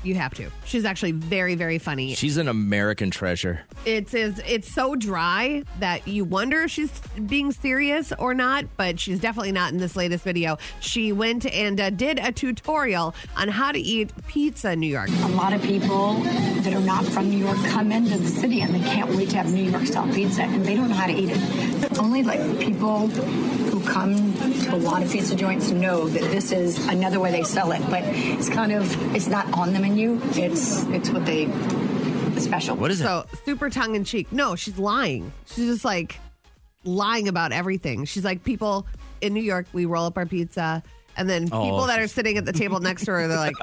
[SPEAKER 4] you have to. She's actually very, very funny.
[SPEAKER 3] She's an American treasure.
[SPEAKER 4] It's is it's so dry that you wonder if she's being serious or not, but she's definitely not in this latest video. She went and uh, did a tutorial on how to eat pizza in New York.
[SPEAKER 8] A lot of people that are not from New York come into the city and they can't wait to have New York style pizza and they don't know how to eat it. Only like people who come to a lot of pizza joints know that this is another way they sell it, but it's kind of it's not on the menu. It's it's what they it's special.
[SPEAKER 3] What is it?
[SPEAKER 4] So super tongue in cheek. No, she's lying. She's just like lying about everything. She's like, people in New York, we roll up our pizza. And then
[SPEAKER 3] Oh,
[SPEAKER 4] people that are
[SPEAKER 3] she's-
[SPEAKER 4] sitting at the table next to her, they're like,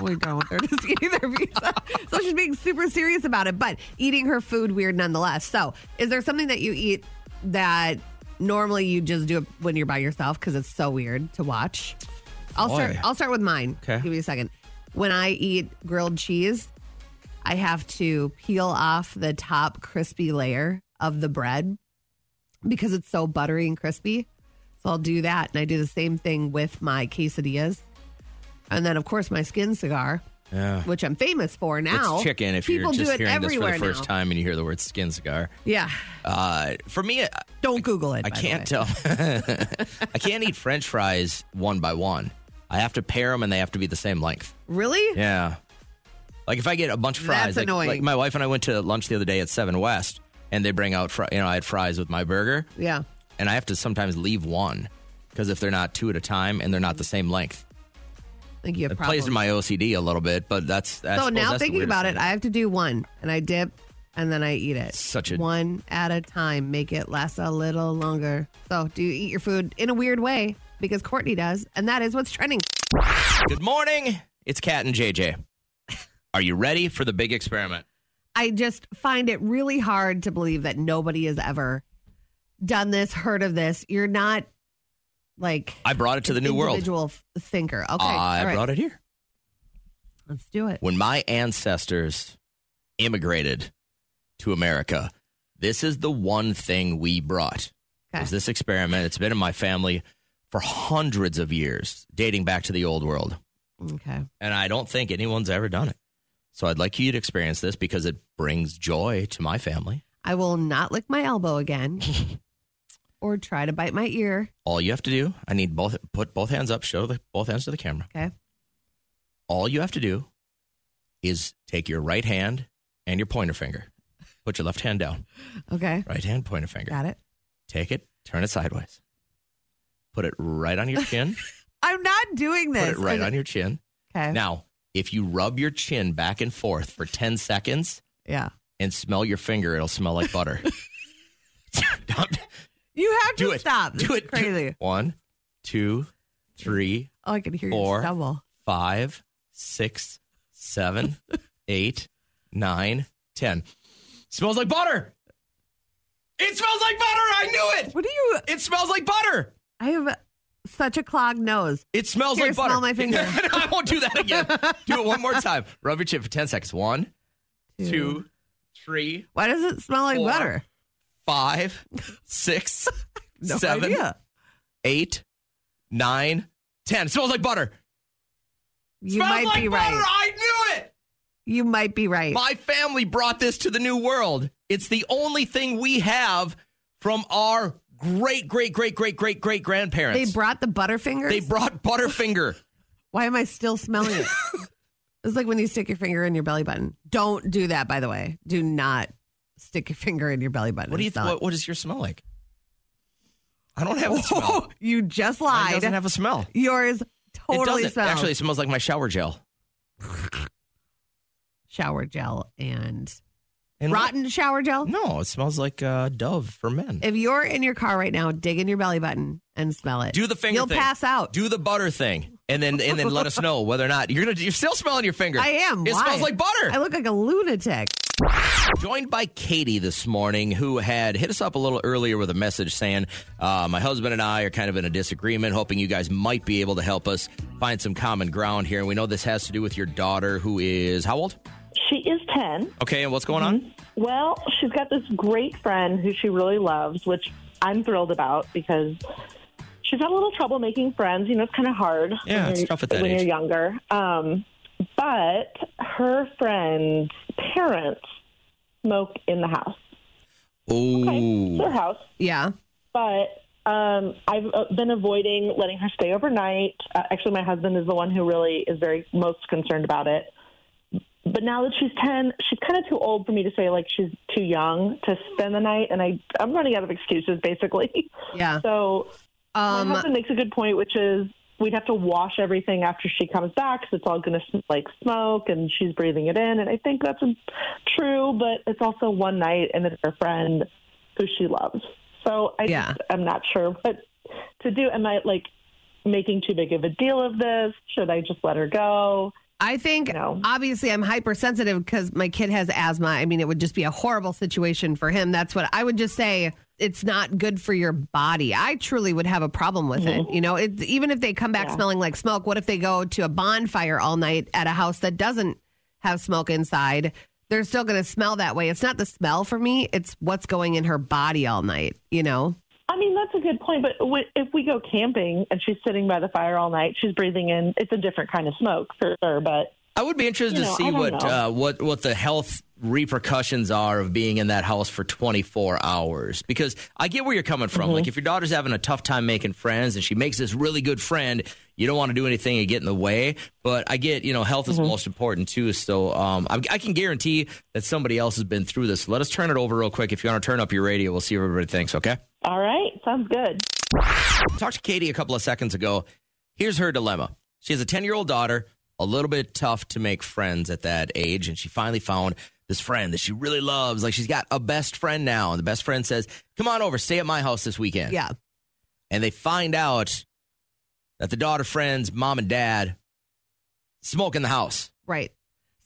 [SPEAKER 4] we're done. They're just eating their pizza. So she's being super serious about it, but eating her food weird nonetheless. So is there something that you eat that normally you just do it when you're by yourself because it's so weird to watch? I'll start.
[SPEAKER 3] Boy.
[SPEAKER 4] I'll start with mine.
[SPEAKER 3] Okay.
[SPEAKER 4] Give me a second. When I eat grilled cheese, I have to peel off the top crispy layer of the bread because it's so buttery and crispy. So I'll do that, and I do the same thing with my quesadillas, and then of course my skin cigar,
[SPEAKER 3] Yeah.
[SPEAKER 4] which I'm famous for now.
[SPEAKER 3] It's chicken if
[SPEAKER 4] people
[SPEAKER 3] you're just
[SPEAKER 4] do it
[SPEAKER 3] hearing this for
[SPEAKER 4] everywhere
[SPEAKER 3] the first
[SPEAKER 4] now.
[SPEAKER 3] time and you hear the word skin cigar.
[SPEAKER 4] Yeah,
[SPEAKER 3] Uh, for me, I,
[SPEAKER 4] don't Google it.
[SPEAKER 3] I
[SPEAKER 4] by the way.
[SPEAKER 3] can't tell. I can't eat French fries one by one. I have to pair them and they have to be the same length.
[SPEAKER 4] Really?
[SPEAKER 3] Yeah. Like if I get a bunch of fries,
[SPEAKER 4] That's
[SPEAKER 3] like,
[SPEAKER 4] annoying.
[SPEAKER 3] like my wife and I went to lunch the other day at Seven West, and they bring out, fr- you know, I had fries with my burger,
[SPEAKER 4] Yeah.
[SPEAKER 3] and I have to sometimes leave one because if they're not two at a time and they're not the same length,
[SPEAKER 4] I think you have
[SPEAKER 3] it plays to
[SPEAKER 4] problems.
[SPEAKER 3] my OCD a little bit. But that's, that's
[SPEAKER 4] so now thinking about it, I have to do one, and I dip, and then I eat it.
[SPEAKER 3] Such a-
[SPEAKER 4] one at a time. Make it last a little longer. So do you eat your food in a weird way because Courtney does, and that is what's trending.
[SPEAKER 3] Good morning, it's Kat and JJ. Are you ready for the big experiment?
[SPEAKER 4] I just find it really hard to believe that nobody has ever done this, heard of this. You're not like
[SPEAKER 3] I brought it to the new world.
[SPEAKER 4] individual f- thinker. Okay,
[SPEAKER 3] I
[SPEAKER 4] all right.
[SPEAKER 3] brought it here.
[SPEAKER 4] Let's do it.
[SPEAKER 3] when my ancestors immigrated to America, this is the one thing we brought.
[SPEAKER 4] Okay.
[SPEAKER 3] Was this experiment? It's been in my family for hundreds of years, dating back to the old world,
[SPEAKER 4] Okay,
[SPEAKER 3] and I don't think anyone's ever done it. So I'd like you to experience this because it brings joy to my family.
[SPEAKER 4] I will not lick my elbow again, or try to bite my ear.
[SPEAKER 3] All you have to do, I need both put both hands up, show the both hands to the camera.
[SPEAKER 4] Okay.
[SPEAKER 3] All you have to do is take your right hand and your pointer finger. Put your left hand down.
[SPEAKER 4] Okay.
[SPEAKER 3] Right hand, pointer finger.
[SPEAKER 4] Got it.
[SPEAKER 3] Take it, turn it sideways. Put it right on your chin.
[SPEAKER 4] I'm not doing
[SPEAKER 3] put it
[SPEAKER 4] this.
[SPEAKER 3] right on your chin.
[SPEAKER 4] Okay.
[SPEAKER 3] Now, if you rub your chin back and forth for 10 seconds
[SPEAKER 4] Yeah.
[SPEAKER 3] and smell your finger, it'll smell like butter. Don't-
[SPEAKER 4] You have to
[SPEAKER 3] do it.
[SPEAKER 4] stop. This
[SPEAKER 3] Do
[SPEAKER 4] is
[SPEAKER 3] it.
[SPEAKER 4] Crazy.
[SPEAKER 3] One, two, three,
[SPEAKER 4] Oh, I can hear
[SPEAKER 3] Four.
[SPEAKER 4] you stumble.
[SPEAKER 3] five, six, seven, eight, nine, ten. Smells like butter. It smells like butter. I knew it.
[SPEAKER 4] What do you?
[SPEAKER 3] It smells like butter.
[SPEAKER 4] I have such a clogged nose.
[SPEAKER 3] It smells
[SPEAKER 4] Here,
[SPEAKER 3] like butter.
[SPEAKER 4] smell my finger.
[SPEAKER 3] No, I won't do that again. do it one more time. Rub your chin for 10 seconds. One, two, three,
[SPEAKER 4] Why does it smell like
[SPEAKER 3] Four.
[SPEAKER 4] butter?
[SPEAKER 3] five, six,
[SPEAKER 4] No
[SPEAKER 3] seven,
[SPEAKER 4] idea.
[SPEAKER 3] eight, nine, ten. It smells like butter.
[SPEAKER 4] You
[SPEAKER 3] smells
[SPEAKER 4] might
[SPEAKER 3] like
[SPEAKER 4] be
[SPEAKER 3] butter.
[SPEAKER 4] right.
[SPEAKER 3] I knew it.
[SPEAKER 4] You might be right.
[SPEAKER 3] My family brought this to the new world. It's the only thing we have from our great, great, great, great, great, great grandparents.
[SPEAKER 4] They brought the butterfingers.
[SPEAKER 3] They brought Butterfinger.
[SPEAKER 4] Why am I still smelling it? It's like when you stick your finger in your belly button. Don't do that, by the way. Do not stick your finger in your belly button.
[SPEAKER 3] What do you
[SPEAKER 4] It's
[SPEAKER 3] think?
[SPEAKER 4] not-
[SPEAKER 3] What, what does your smell like? I don't have a smell.
[SPEAKER 4] you just
[SPEAKER 3] Mine
[SPEAKER 4] lied.
[SPEAKER 3] doesn't have a smell.
[SPEAKER 4] Yours
[SPEAKER 3] it
[SPEAKER 4] totally
[SPEAKER 3] doesn't.
[SPEAKER 4] smells.
[SPEAKER 3] Actually, it smells like my shower gel.
[SPEAKER 4] shower gel and,
[SPEAKER 3] And
[SPEAKER 4] rotten shower gel.
[SPEAKER 3] No, it smells like uh, Dove for men.
[SPEAKER 4] If you're in your car right now, dig in your belly button and smell it.
[SPEAKER 3] Do the finger
[SPEAKER 4] You'll
[SPEAKER 3] thing.
[SPEAKER 4] pass out.
[SPEAKER 3] Do the butter thing, and then and then let us know whether or not you're gonna. You're still smelling your finger.
[SPEAKER 4] I am.
[SPEAKER 3] It
[SPEAKER 4] Why?
[SPEAKER 3] smells like butter.
[SPEAKER 4] I look like a lunatic.
[SPEAKER 3] Joined by Katie this morning, who had hit us up a little earlier with a message saying, uh, My husband and I are kind of in a disagreement, hoping you guys might be able to help us find some common ground here. And we know this has to do with your daughter, who is how old?
[SPEAKER 6] She is 10.
[SPEAKER 3] Okay, and what's going on?
[SPEAKER 6] Well, she's got this great friend who she really loves, which I'm thrilled about because she's had a little trouble making friends. You know, it's kind of hard.
[SPEAKER 3] Yeah,
[SPEAKER 6] when
[SPEAKER 3] it's
[SPEAKER 6] you're-
[SPEAKER 3] tough at that
[SPEAKER 6] when
[SPEAKER 3] age.
[SPEAKER 6] you're younger. Um, but her friend's parents smoke in the house. It's
[SPEAKER 3] Mm-hmm. Ooh.
[SPEAKER 6] their house,
[SPEAKER 4] Yeah.
[SPEAKER 6] but. Um, I've uh, been avoiding letting her stay overnight. Uh, actually, my husband is the one who really is very most concerned about it. but now that she's 10 she's kind of too old for me to say like she's too young to spend the night and i i'm running out of excuses basically
[SPEAKER 4] Yeah.
[SPEAKER 6] so my
[SPEAKER 4] Um,
[SPEAKER 6] husband makes a good point which is we'd have to wash everything after she comes back because it's all going to like smoke and she's breathing it in and i think that's um, true but it's also one night and it's her friend who she loves so i
[SPEAKER 4] Yeah.
[SPEAKER 6] just, i'm not sure what to do am i like making too big of a deal of this should i just let her go
[SPEAKER 4] I think
[SPEAKER 6] No.
[SPEAKER 4] obviously I'm hypersensitive because my kid has asthma. I mean, it would just be a horrible situation for him. That's what I would just say. It's not good for your body. I truly would have a problem with it. You know, it, even if they come back smelling like smoke, what if they go to a bonfire all night at a house that doesn't have smoke inside? They're still going to smell that way. It's not the smell for me, it's what's going in her body all night, you know?
[SPEAKER 6] I mean, that's a good point. But w- if we go camping and she's sitting by the fire all night, she's breathing in. It's a different kind of smoke for sure. But
[SPEAKER 3] I would be interested
[SPEAKER 6] You
[SPEAKER 3] to
[SPEAKER 6] know, I
[SPEAKER 3] see
[SPEAKER 6] don't
[SPEAKER 3] what
[SPEAKER 6] know.
[SPEAKER 3] uh, what what the health repercussions are of being in that house for 24 hours because I get where you're coming from. Like
[SPEAKER 6] Mm-hmm.
[SPEAKER 3] if your daughter's having a tough time making friends and she makes this really good friend, you don't want to do anything and get in the way. But I get you know health is
[SPEAKER 6] Mm-hmm.
[SPEAKER 3] most important too. So um, I, I can guarantee that somebody else has been through this. Let us turn it over real quick. If you want to turn up your radio, we'll see what everybody thinks. Okay.
[SPEAKER 6] all right, sounds good.
[SPEAKER 3] Talked to Katie a couple of seconds ago. Here's her dilemma. She has a 10 year old daughter, a little bit tough to make friends at that age. And she finally found this friend that she really loves. Like she's got a best friend now. And the best friend says, Come on over, stay at my house this weekend.
[SPEAKER 4] Yeah.
[SPEAKER 3] And they find out that the daughter friend's mom and dad smoke in the house.
[SPEAKER 4] Right.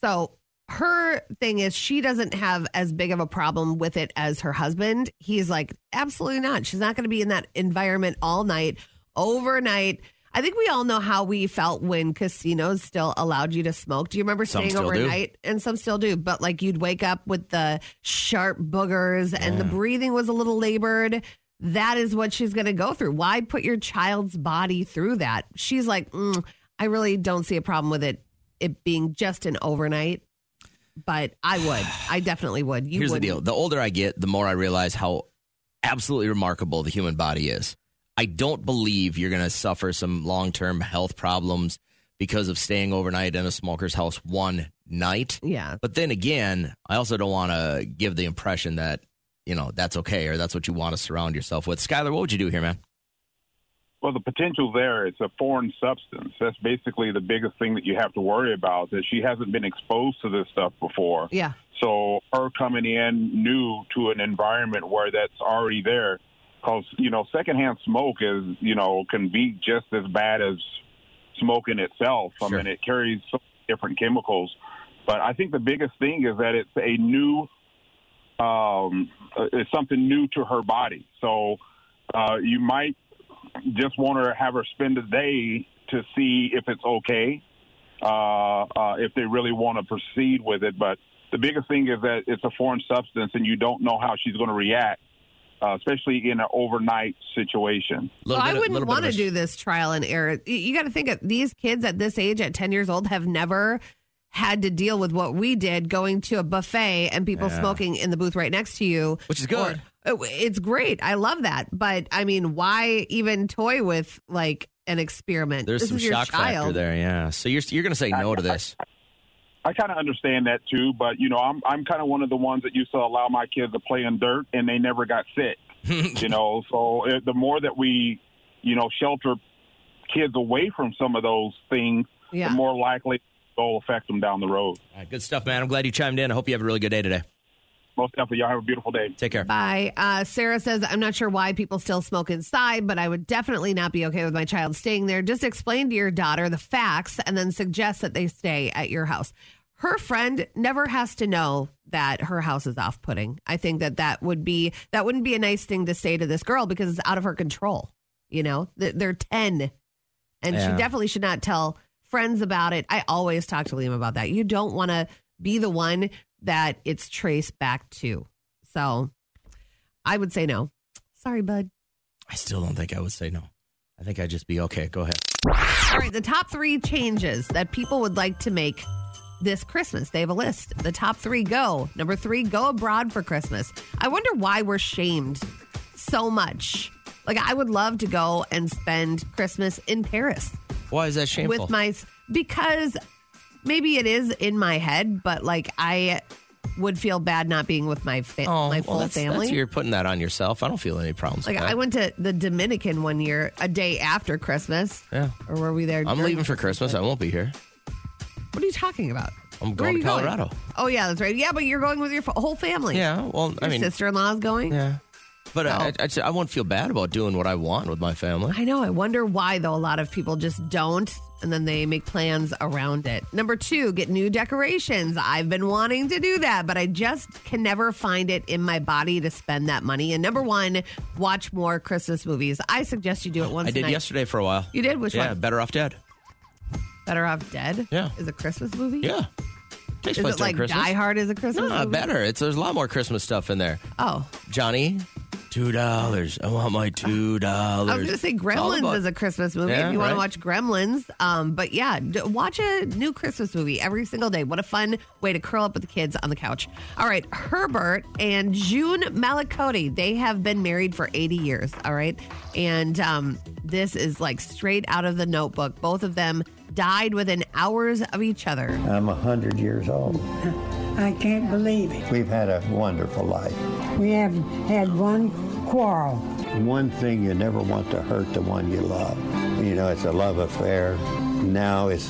[SPEAKER 4] So her thing is she doesn't have as big of a problem with it as her husband. He's like, absolutely not. She's not going to be in that environment all night, overnight. I think we all know how we felt when casinos still allowed you to smoke. Do you remember
[SPEAKER 3] Some
[SPEAKER 4] staying
[SPEAKER 3] still do.
[SPEAKER 4] overnight? And some still do, but like you'd wake up with the sharp boogers and the breathing was a little labored. That is what she's going to go through. Why put your child's body through that? She's like, mm, I really don't see a problem with it it being just an overnight, but I would. I definitely would. You
[SPEAKER 3] Here's
[SPEAKER 4] would
[SPEAKER 3] the deal the older I get, the more I realize how absolutely remarkable the human body is. I don't believe you're going to suffer some long term health problems because of staying overnight in a smoker's house one night.
[SPEAKER 4] Yeah.
[SPEAKER 3] But then again, I also don't want to give the impression that, you know, that's okay or that's what you want to surround yourself with. Skylar, what would you do here, man?
[SPEAKER 10] Well, the potential there is a foreign substance. That's basically the biggest thing that you have to worry about. That she hasn't been exposed to this stuff before.
[SPEAKER 4] Yeah.
[SPEAKER 10] So her coming in new to an environment where that's already there, because you know secondhand smoke is you know can be just as bad as smoking itself. I
[SPEAKER 3] Sure.
[SPEAKER 10] mean, it carries so many different chemicals. But I think the biggest thing is that it's a new, um, uh, it's something new to her body. So uh, you might just want her to have her spend a day to see if it's okay, uh, uh, if they really want to proceed with it. But the biggest thing is that it's a foreign substance and you don't know how she's going to react, uh, especially in an overnight situation.
[SPEAKER 4] Well,
[SPEAKER 3] bit
[SPEAKER 4] I
[SPEAKER 3] of-
[SPEAKER 4] wouldn't
[SPEAKER 3] little bit
[SPEAKER 4] want to
[SPEAKER 3] of a-
[SPEAKER 4] do this trial and error. You- You got to think of these kids at this age, at 10 years old, have never had to deal with what we did going to a buffet and people smoking in the booth right next to you.
[SPEAKER 3] Which is good.
[SPEAKER 4] Or- oh, it's great. I love that. But I mean, why even toy with like an experiment?
[SPEAKER 3] There's
[SPEAKER 4] this
[SPEAKER 3] some
[SPEAKER 4] is your
[SPEAKER 3] shock
[SPEAKER 4] child.
[SPEAKER 3] factor there, yeah. So you're, you're going to say no to this.
[SPEAKER 10] I kind of understand that too, but you know, I'm I'm kind of one of the ones that used to allow my kids to play in dirt, and they never got sick. you know, so it, the more that we, you know, shelter kids away from some of those things,
[SPEAKER 4] Yeah.
[SPEAKER 10] the more likely it'll affect them down the road.
[SPEAKER 3] All right, good stuff, man. I'm glad you chimed in. I hope you have a really good day today.
[SPEAKER 10] Most definitely. Y'all have a beautiful day.
[SPEAKER 3] Take care.
[SPEAKER 4] Bye. Uh, Sarah says, I'm not sure why people still smoke inside, but I would definitely not be okay with my child staying there. Just explain to your daughter the facts and then suggest that they stay at your house. Her friend never has to know that her house is off putting. I think that that would be, that wouldn't be a nice thing to say to this girl because it's out of her control. You know, Th- they're 10 and
[SPEAKER 3] Yeah.
[SPEAKER 4] she definitely should not tell friends about it. I always talk to Liam about that. You don't want to be the one that it's traced back to. So I would say no. Sorry, bud.
[SPEAKER 3] I still don't think I would say no. I think I'd just be okay. Go ahead.
[SPEAKER 4] All right, the top three changes that people would like to make this Christmas. They have a list. The top three go. Number three, go abroad for Christmas. I wonder why we're shamed so much. Like, I would love to go and spend Christmas in Paris.
[SPEAKER 3] Why is that shameful?
[SPEAKER 4] with my because maybe it is in my head, but like I would feel bad not being with my fa-
[SPEAKER 3] oh,
[SPEAKER 4] my
[SPEAKER 3] well,
[SPEAKER 4] full
[SPEAKER 3] that's-
[SPEAKER 4] family.
[SPEAKER 3] that's- you're putting that on yourself. I don't feel any problems.
[SPEAKER 4] like
[SPEAKER 3] with
[SPEAKER 4] I
[SPEAKER 3] that.
[SPEAKER 4] went to the Dominican one year, a day after Christmas.
[SPEAKER 3] Yeah.
[SPEAKER 4] Or were we there?
[SPEAKER 3] I'm
[SPEAKER 4] during-
[SPEAKER 3] leaving for Christmas. I won't be here.
[SPEAKER 4] What are you talking about?
[SPEAKER 3] I'm
[SPEAKER 4] Where are
[SPEAKER 3] going to
[SPEAKER 4] you going?
[SPEAKER 3] Colorado.
[SPEAKER 4] Oh yeah, that's right. Yeah, but you're going with your f- whole family.
[SPEAKER 3] Yeah. Well, I
[SPEAKER 4] Your
[SPEAKER 3] mean,
[SPEAKER 4] sister-in-law's going.
[SPEAKER 3] yeah. But I, I, I, I won't feel bad about doing what I want with my family.
[SPEAKER 4] I know. I wonder why, though, a lot of people just don't and then they make plans around it. Number two, get new decorations. I've been wanting to do that, but I just can never find it in my body to spend that money. And number one, watch more Christmas movies. I suggest you do it once
[SPEAKER 3] I
[SPEAKER 4] a
[SPEAKER 3] did
[SPEAKER 4] night.
[SPEAKER 3] yesterday for a while.
[SPEAKER 4] You did? Which
[SPEAKER 3] yeah,
[SPEAKER 4] one?
[SPEAKER 3] Better Off Dead.
[SPEAKER 4] Better Off Dead
[SPEAKER 3] Yeah.
[SPEAKER 4] is a Christmas movie?
[SPEAKER 3] Yeah. Takes
[SPEAKER 4] Is
[SPEAKER 3] place during
[SPEAKER 4] it like
[SPEAKER 3] Christmas.
[SPEAKER 4] Die Hard is a Christmas
[SPEAKER 3] Nah,
[SPEAKER 4] movie?
[SPEAKER 3] better. It's there's a lot more Christmas stuff in there.
[SPEAKER 4] Oh,
[SPEAKER 3] Johnny, two dollars. I want my two dollars.
[SPEAKER 4] I was going to say Gremlins is a Christmas movie
[SPEAKER 3] Yeah,
[SPEAKER 4] if you want
[SPEAKER 3] right.
[SPEAKER 4] to watch Gremlins. Um, but yeah, d- watch a new Christmas movie every single day. What a fun way to curl up with the kids on the couch. All right, Herbert and June Malacote, they have been married for 80 years. All right. And um, this is like straight out of the notebook. Both of them died within hours of each other.
[SPEAKER 11] I'm 100 years old.
[SPEAKER 12] I can't believe it.
[SPEAKER 11] We've had a wonderful life.
[SPEAKER 12] We have had one quarrel.
[SPEAKER 11] One thing you never want to hurt the one you love. You know, it's a love affair. Now it's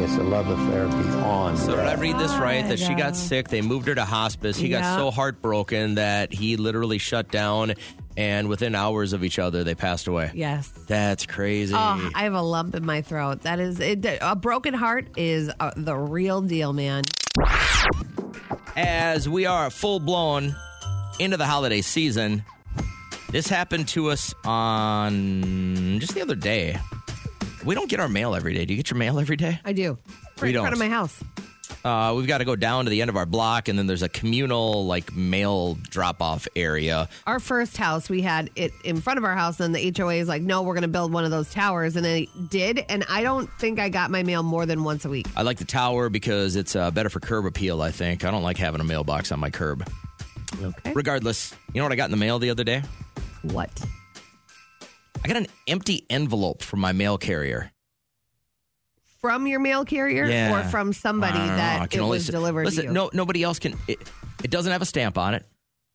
[SPEAKER 11] it's a love affair beyond.
[SPEAKER 3] So did I
[SPEAKER 11] that.
[SPEAKER 3] read
[SPEAKER 4] Oh,
[SPEAKER 3] this right? That she got sick. They moved her to hospice. He got
[SPEAKER 11] Yeah.
[SPEAKER 3] so heartbroken that he literally shut down, and within hours of each other, they passed away.
[SPEAKER 4] Yes.
[SPEAKER 3] That's crazy.
[SPEAKER 4] Oh, I have a lump in my throat. That is it, a broken heart is uh, the real deal, man.
[SPEAKER 3] As we are full blown into the holiday season, this happened to us on just the other day. We don't get our mail every day. Do you get your mail every day?
[SPEAKER 4] I do. Right
[SPEAKER 3] We
[SPEAKER 4] in front of
[SPEAKER 3] don't.
[SPEAKER 4] my house.
[SPEAKER 3] Uh, we've got to go down to the end of our block, and then there's a communal like mail drop off area.
[SPEAKER 4] Our first house, we had it in front of our house, and the HOA is like, no, we're going to build one of those towers. And they did. And I don't think I got my mail more than once a week.
[SPEAKER 3] I like the tower because it's uh, better for curb appeal, I think. I don't like having a mailbox on my curb.
[SPEAKER 4] Okay.
[SPEAKER 3] Regardless, you know what I got in the mail the other day?
[SPEAKER 4] What?
[SPEAKER 3] I got an empty envelope from my mail carrier.
[SPEAKER 4] From your mail carrier
[SPEAKER 3] Yeah.
[SPEAKER 4] or from
[SPEAKER 3] I
[SPEAKER 4] somebody
[SPEAKER 3] don't know. I
[SPEAKER 4] that
[SPEAKER 3] can
[SPEAKER 4] it
[SPEAKER 3] only
[SPEAKER 4] was
[SPEAKER 3] s-
[SPEAKER 4] delivered
[SPEAKER 3] listen,
[SPEAKER 4] to you?
[SPEAKER 3] No, nobody else can. It, it doesn't have a stamp on it.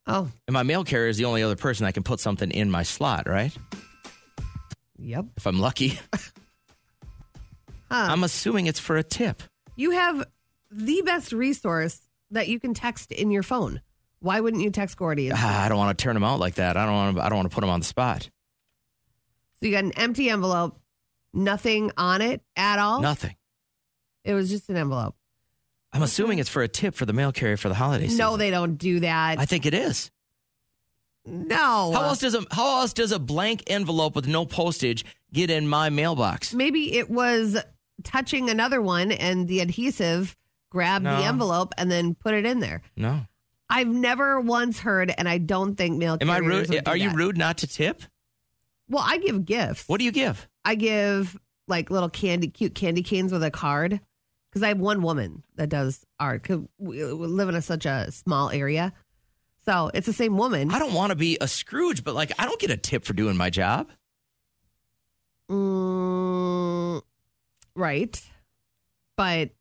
[SPEAKER 4] Oh.
[SPEAKER 3] And my mail carrier is the only other person that can put something in my slot, right?
[SPEAKER 4] Yep.
[SPEAKER 3] If I'm lucky. I'm assuming it's for a tip.
[SPEAKER 4] You have the best resource that you can text in your phone. Why wouldn't you text Gordy?
[SPEAKER 3] Ah, I don't want to turn him out like that. I don't want to. I don't want to put him on the spot.
[SPEAKER 4] So you got an empty envelope, nothing on it at all.
[SPEAKER 3] Nothing.
[SPEAKER 4] It was just an envelope.
[SPEAKER 3] I'm assuming it's for a tip for the mail carrier for the holiday season.
[SPEAKER 4] No, they don't do that.
[SPEAKER 3] I think it is.
[SPEAKER 4] no.
[SPEAKER 3] How else does a how else does a blank envelope with no postage get in my mailbox?
[SPEAKER 4] Maybe it was touching another one and the adhesive grabbed
[SPEAKER 3] No.
[SPEAKER 4] the envelope and then put it in there.
[SPEAKER 3] No.
[SPEAKER 4] I've never once heard, and I don't think mail.
[SPEAKER 3] Am I rude?
[SPEAKER 4] carriers would do
[SPEAKER 3] Are you
[SPEAKER 4] that.
[SPEAKER 3] rude not to tip?
[SPEAKER 4] Well, I give gifts.
[SPEAKER 3] What do you give?
[SPEAKER 4] I give like little candy, cute candy canes with a card, because I have one woman that does art. 'cause we we live in a, such a small area, so it's the same woman.
[SPEAKER 3] I don't want to be a Scrooge, but like I don't get a tip for doing my job.
[SPEAKER 4] Mm, right. But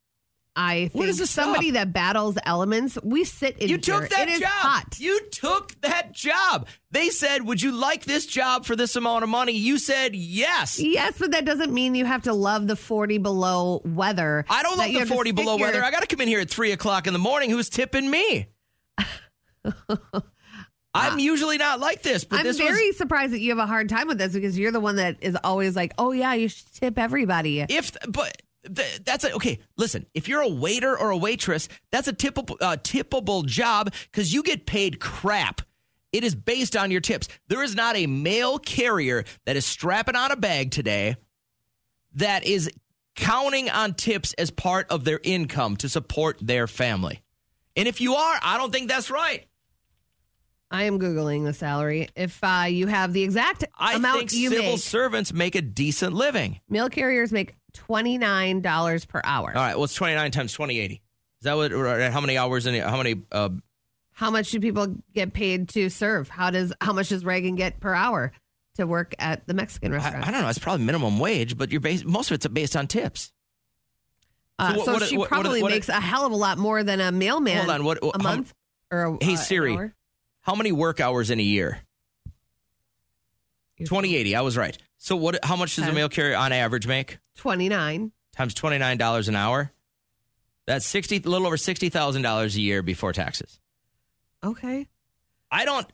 [SPEAKER 4] I think
[SPEAKER 3] is this
[SPEAKER 4] somebody
[SPEAKER 3] up?
[SPEAKER 4] that battles elements, we sit in
[SPEAKER 3] You took
[SPEAKER 4] here.
[SPEAKER 3] that
[SPEAKER 4] It is
[SPEAKER 3] job.
[SPEAKER 4] hot.
[SPEAKER 3] You took that job. They said, "Would you like this job for this amount of money?" You said yes.
[SPEAKER 4] Yes, but that doesn't mean you have to love the 40 below weather.
[SPEAKER 3] I don't
[SPEAKER 4] That
[SPEAKER 3] love
[SPEAKER 4] you
[SPEAKER 3] the
[SPEAKER 4] have to
[SPEAKER 3] forty
[SPEAKER 4] stick
[SPEAKER 3] below
[SPEAKER 4] your-
[SPEAKER 3] weather. I got to come in here at three o'clock in the morning. Who's tipping me? I'm usually not like this, but
[SPEAKER 4] Ah. I'm
[SPEAKER 3] this was
[SPEAKER 4] very surprised that you have a hard time with this because you're the one that is always like, oh, yeah, you should tip everybody.
[SPEAKER 3] If but th- that's a, okay. Listen, if you're a waiter or a waitress, that's a tippable, uh, tippable job because you get paid crap. It is based on your tips. There is not a mail carrier that is strapping on a bag today that is counting on tips as part of their income to support their family. And if you are, I don't think that's right.
[SPEAKER 4] I am Googling the salary. If uh, you have the exact
[SPEAKER 3] I
[SPEAKER 4] amount
[SPEAKER 3] think
[SPEAKER 4] you
[SPEAKER 3] civil
[SPEAKER 4] make,
[SPEAKER 3] servants make a decent living.
[SPEAKER 4] mail carriers make $29 per hour.
[SPEAKER 3] All right, well, it's 29 times 2080. Is that what, or how many hours in, how many uh,
[SPEAKER 4] How much do people get paid to serve? How does how much does Reagan get per hour to work at the Mexican restaurant?
[SPEAKER 3] I don't know. It's probably minimum wage, but you're based, most of it's based on tips. So
[SPEAKER 4] Uh, so,
[SPEAKER 3] what- what-
[SPEAKER 4] she
[SPEAKER 3] what- what-
[SPEAKER 4] probably
[SPEAKER 3] what-
[SPEAKER 4] makes a hell of a lot more than a mailman.
[SPEAKER 3] Hold on, what- what-
[SPEAKER 4] a
[SPEAKER 3] how-
[SPEAKER 4] month or a,
[SPEAKER 3] Hey
[SPEAKER 4] uh, an
[SPEAKER 3] Siri,
[SPEAKER 4] hour?
[SPEAKER 3] how many work hours in a year? Twenty eighty. I was right. So what? How much does a
[SPEAKER 4] Okay.
[SPEAKER 3] mail carrier on average make?
[SPEAKER 4] 29.
[SPEAKER 3] Times twenty nine dollars an hour. That's sixty, a little over sixty thousand dollars a year before taxes.
[SPEAKER 4] Okay.
[SPEAKER 3] I don't.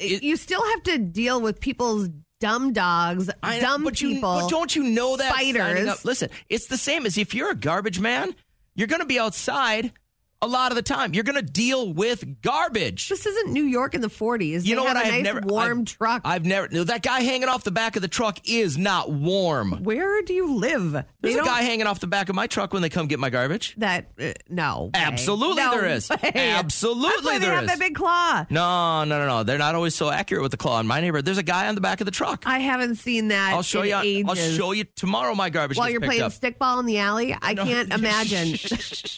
[SPEAKER 4] you still have to deal with people's dumb dogs,
[SPEAKER 3] I know,
[SPEAKER 4] dumb
[SPEAKER 3] but you-
[SPEAKER 4] people.
[SPEAKER 3] but don't you know that? signing
[SPEAKER 4] spiders?
[SPEAKER 3] up- Listen, it's the same as if you're a garbage man. You're going to be outside a lot of the time. You're going to deal with garbage.
[SPEAKER 4] This isn't New York in the 40s.
[SPEAKER 3] You
[SPEAKER 4] They
[SPEAKER 3] know
[SPEAKER 4] have
[SPEAKER 3] what?
[SPEAKER 4] a
[SPEAKER 3] I've
[SPEAKER 4] nice
[SPEAKER 3] never
[SPEAKER 4] warm
[SPEAKER 3] I've,
[SPEAKER 4] truck.
[SPEAKER 3] I've never. No, that guy hanging off the back of the truck is not warm.
[SPEAKER 4] Where do you live? There's
[SPEAKER 3] a
[SPEAKER 4] don't-
[SPEAKER 3] guy hanging off the back of my truck when they come get my garbage.
[SPEAKER 4] that uh, no. way.
[SPEAKER 3] Absolutely,
[SPEAKER 4] No
[SPEAKER 3] there is.
[SPEAKER 4] way. That's
[SPEAKER 3] Absolutely,
[SPEAKER 4] why they
[SPEAKER 3] there
[SPEAKER 4] have
[SPEAKER 3] is.
[SPEAKER 4] that big claw.
[SPEAKER 3] No, no, no, no. They're not always so accurate with the claw. In my neighborhood, there's a guy on the back of the truck.
[SPEAKER 4] I haven't seen that.
[SPEAKER 3] I'll show
[SPEAKER 4] in
[SPEAKER 3] you.
[SPEAKER 4] Ages.
[SPEAKER 3] I'll show you tomorrow. My garbage
[SPEAKER 4] While
[SPEAKER 3] gets
[SPEAKER 4] you're
[SPEAKER 3] picked
[SPEAKER 4] playing
[SPEAKER 3] up.
[SPEAKER 4] stickball in the alley, I can't imagine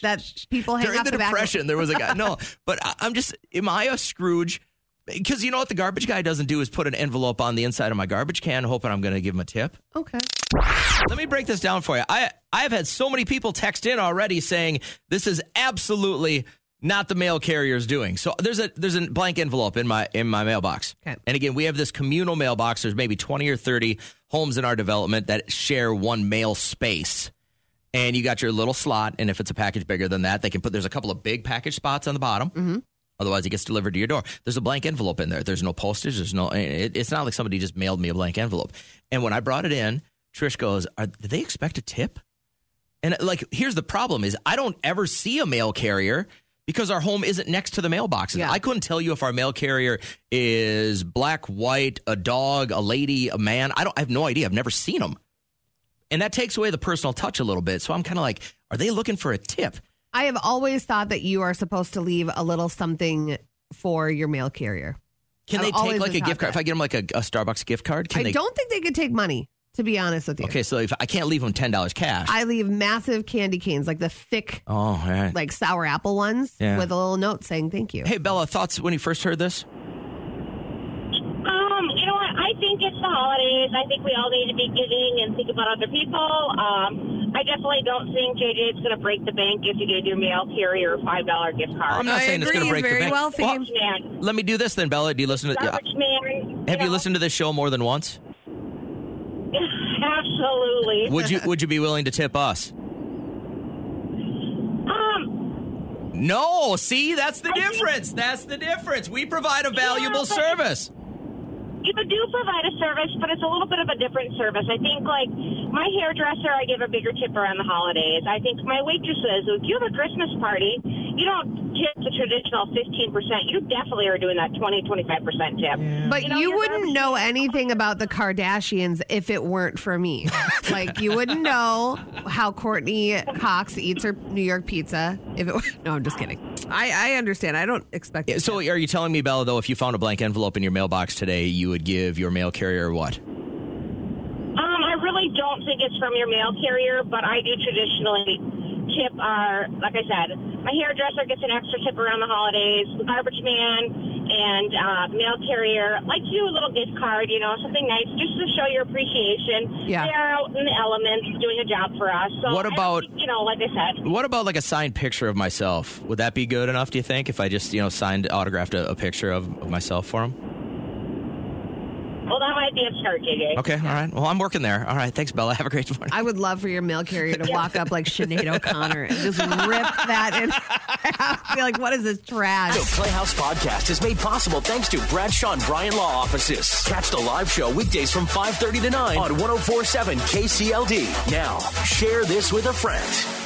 [SPEAKER 4] that people hang
[SPEAKER 3] During
[SPEAKER 4] off
[SPEAKER 3] the
[SPEAKER 4] the back.
[SPEAKER 3] depression, there was a guy. No, but I, I'm just. Am I a Scrooge? Because you know what the garbage guy doesn't do is put an envelope on the inside of my garbage can, hoping I'm going to give him a tip.
[SPEAKER 4] Okay.
[SPEAKER 3] Let me break this down for you. I I have had so many people text in already saying this is absolutely not the mail carriers doing. So there's a there's a blank envelope in my in my mailbox.
[SPEAKER 4] Okay.
[SPEAKER 3] And again, we have this communal mailbox. There's maybe 20 or 30 homes in our development that share one mail space. And you got your little slot, and if it's a package bigger than that, they can put there's a couple of big package spots on the bottom. Mm-hmm. Otherwise, it gets delivered to your door. There's a blank envelope in there. There's no postage. There's no. It, it's not like somebody just mailed me a blank envelope. And when I brought it in, Trish goes, Are, "Did they expect a tip?" And like, here's the problem: is I don't ever see a mail carrier because our home isn't next to the mailboxes. I couldn't tell you if our mail carrier is black, white, a dog, a lady, a man. I don't. I have no idea. I've never seen them, and that takes away the personal touch a little bit. So I'm kind of like, are they looking for a tip?
[SPEAKER 4] I have always thought that you are supposed to leave a little something for your mail carrier.
[SPEAKER 3] Can
[SPEAKER 4] I've
[SPEAKER 3] they
[SPEAKER 4] always
[SPEAKER 3] take like a
[SPEAKER 4] been
[SPEAKER 3] gift
[SPEAKER 4] taught
[SPEAKER 3] card? If I get them like a, a Starbucks gift card, can
[SPEAKER 4] I
[SPEAKER 3] they?
[SPEAKER 4] don't think they could take money, to be honest with you.
[SPEAKER 3] Okay, so if I can't leave them ten dollars cash,
[SPEAKER 4] I leave massive candy canes, like the thick,
[SPEAKER 3] oh, all right.
[SPEAKER 4] like sour apple ones,
[SPEAKER 3] Yeah.
[SPEAKER 4] with a little note saying thank you.
[SPEAKER 3] hey Bella, thoughts when you first heard this?
[SPEAKER 13] Um, you know what? I think it's the holidays. I think we all need to be giving and think about other people. Um, I definitely don't think JJ is going to break the bank if you do mail carrier or five dollar gift card.
[SPEAKER 3] I'm not saying it's going to break the bank. Well,
[SPEAKER 13] Garbage man.
[SPEAKER 3] let me do this then, Bella. Do you listen to?
[SPEAKER 13] Garbage man.
[SPEAKER 3] Have you listened to this show more than once?
[SPEAKER 13] Absolutely.
[SPEAKER 3] Would you Would you be willing to tip us?
[SPEAKER 13] Um,
[SPEAKER 3] No. See, that's the difference. that's the difference. We provide a valuable
[SPEAKER 13] but-
[SPEAKER 3] service.
[SPEAKER 13] you do provide a service, but it's a little bit of a different service. I think, like, my hairdresser, I give a bigger tip around the holidays. I think my waitresses, if you have a Christmas party, you don't tip the traditional 15%. You definitely are doing that 20, 25% tip.
[SPEAKER 4] But you,
[SPEAKER 13] know, your
[SPEAKER 4] wouldn't know anything about the Kardashians if it weren't for me. like you wouldn't know how Courtney Cox eats her New York pizza if it. were- No, I'm just kidding. I I understand. I don't expect.
[SPEAKER 3] Yeah, So, are you telling me, Bella, though, if you found a blank envelope in your mailbox today, you would give your mail carrier what?
[SPEAKER 13] Um, I really don't think it's from your mail carrier, but I do traditionally tip our, like I said, my hairdresser gets an extra tip around the holidays, the garbage man,
[SPEAKER 10] and uh, mail carrier likes you a little gift card, you know, something nice just to show your appreciation.
[SPEAKER 3] Yeah.
[SPEAKER 10] They're out in the elements doing a job for us. So
[SPEAKER 3] What
[SPEAKER 10] I don't
[SPEAKER 3] about-
[SPEAKER 10] think, you know, like I said,
[SPEAKER 3] What about like a signed picture of myself? Would that be good enough? Do you think if I just you know signed autographed a, a picture of, of myself for him?
[SPEAKER 10] well, that might be absurd, JJ.
[SPEAKER 3] Okay, all right. Well, I'm working there. All right, thanks, Bella. Have a great morning.
[SPEAKER 4] I would love for your mail carrier to walk up like Sinead O'Connor and just rip that in. half. Be like, what is this trash?
[SPEAKER 2] The Playhouse Podcast is made possible thanks to Bradshaw and Bryan Law Offices. Catch the live show weekdays from 5.30 to 9 on 104.7 KCLD. Now, share this with a friend.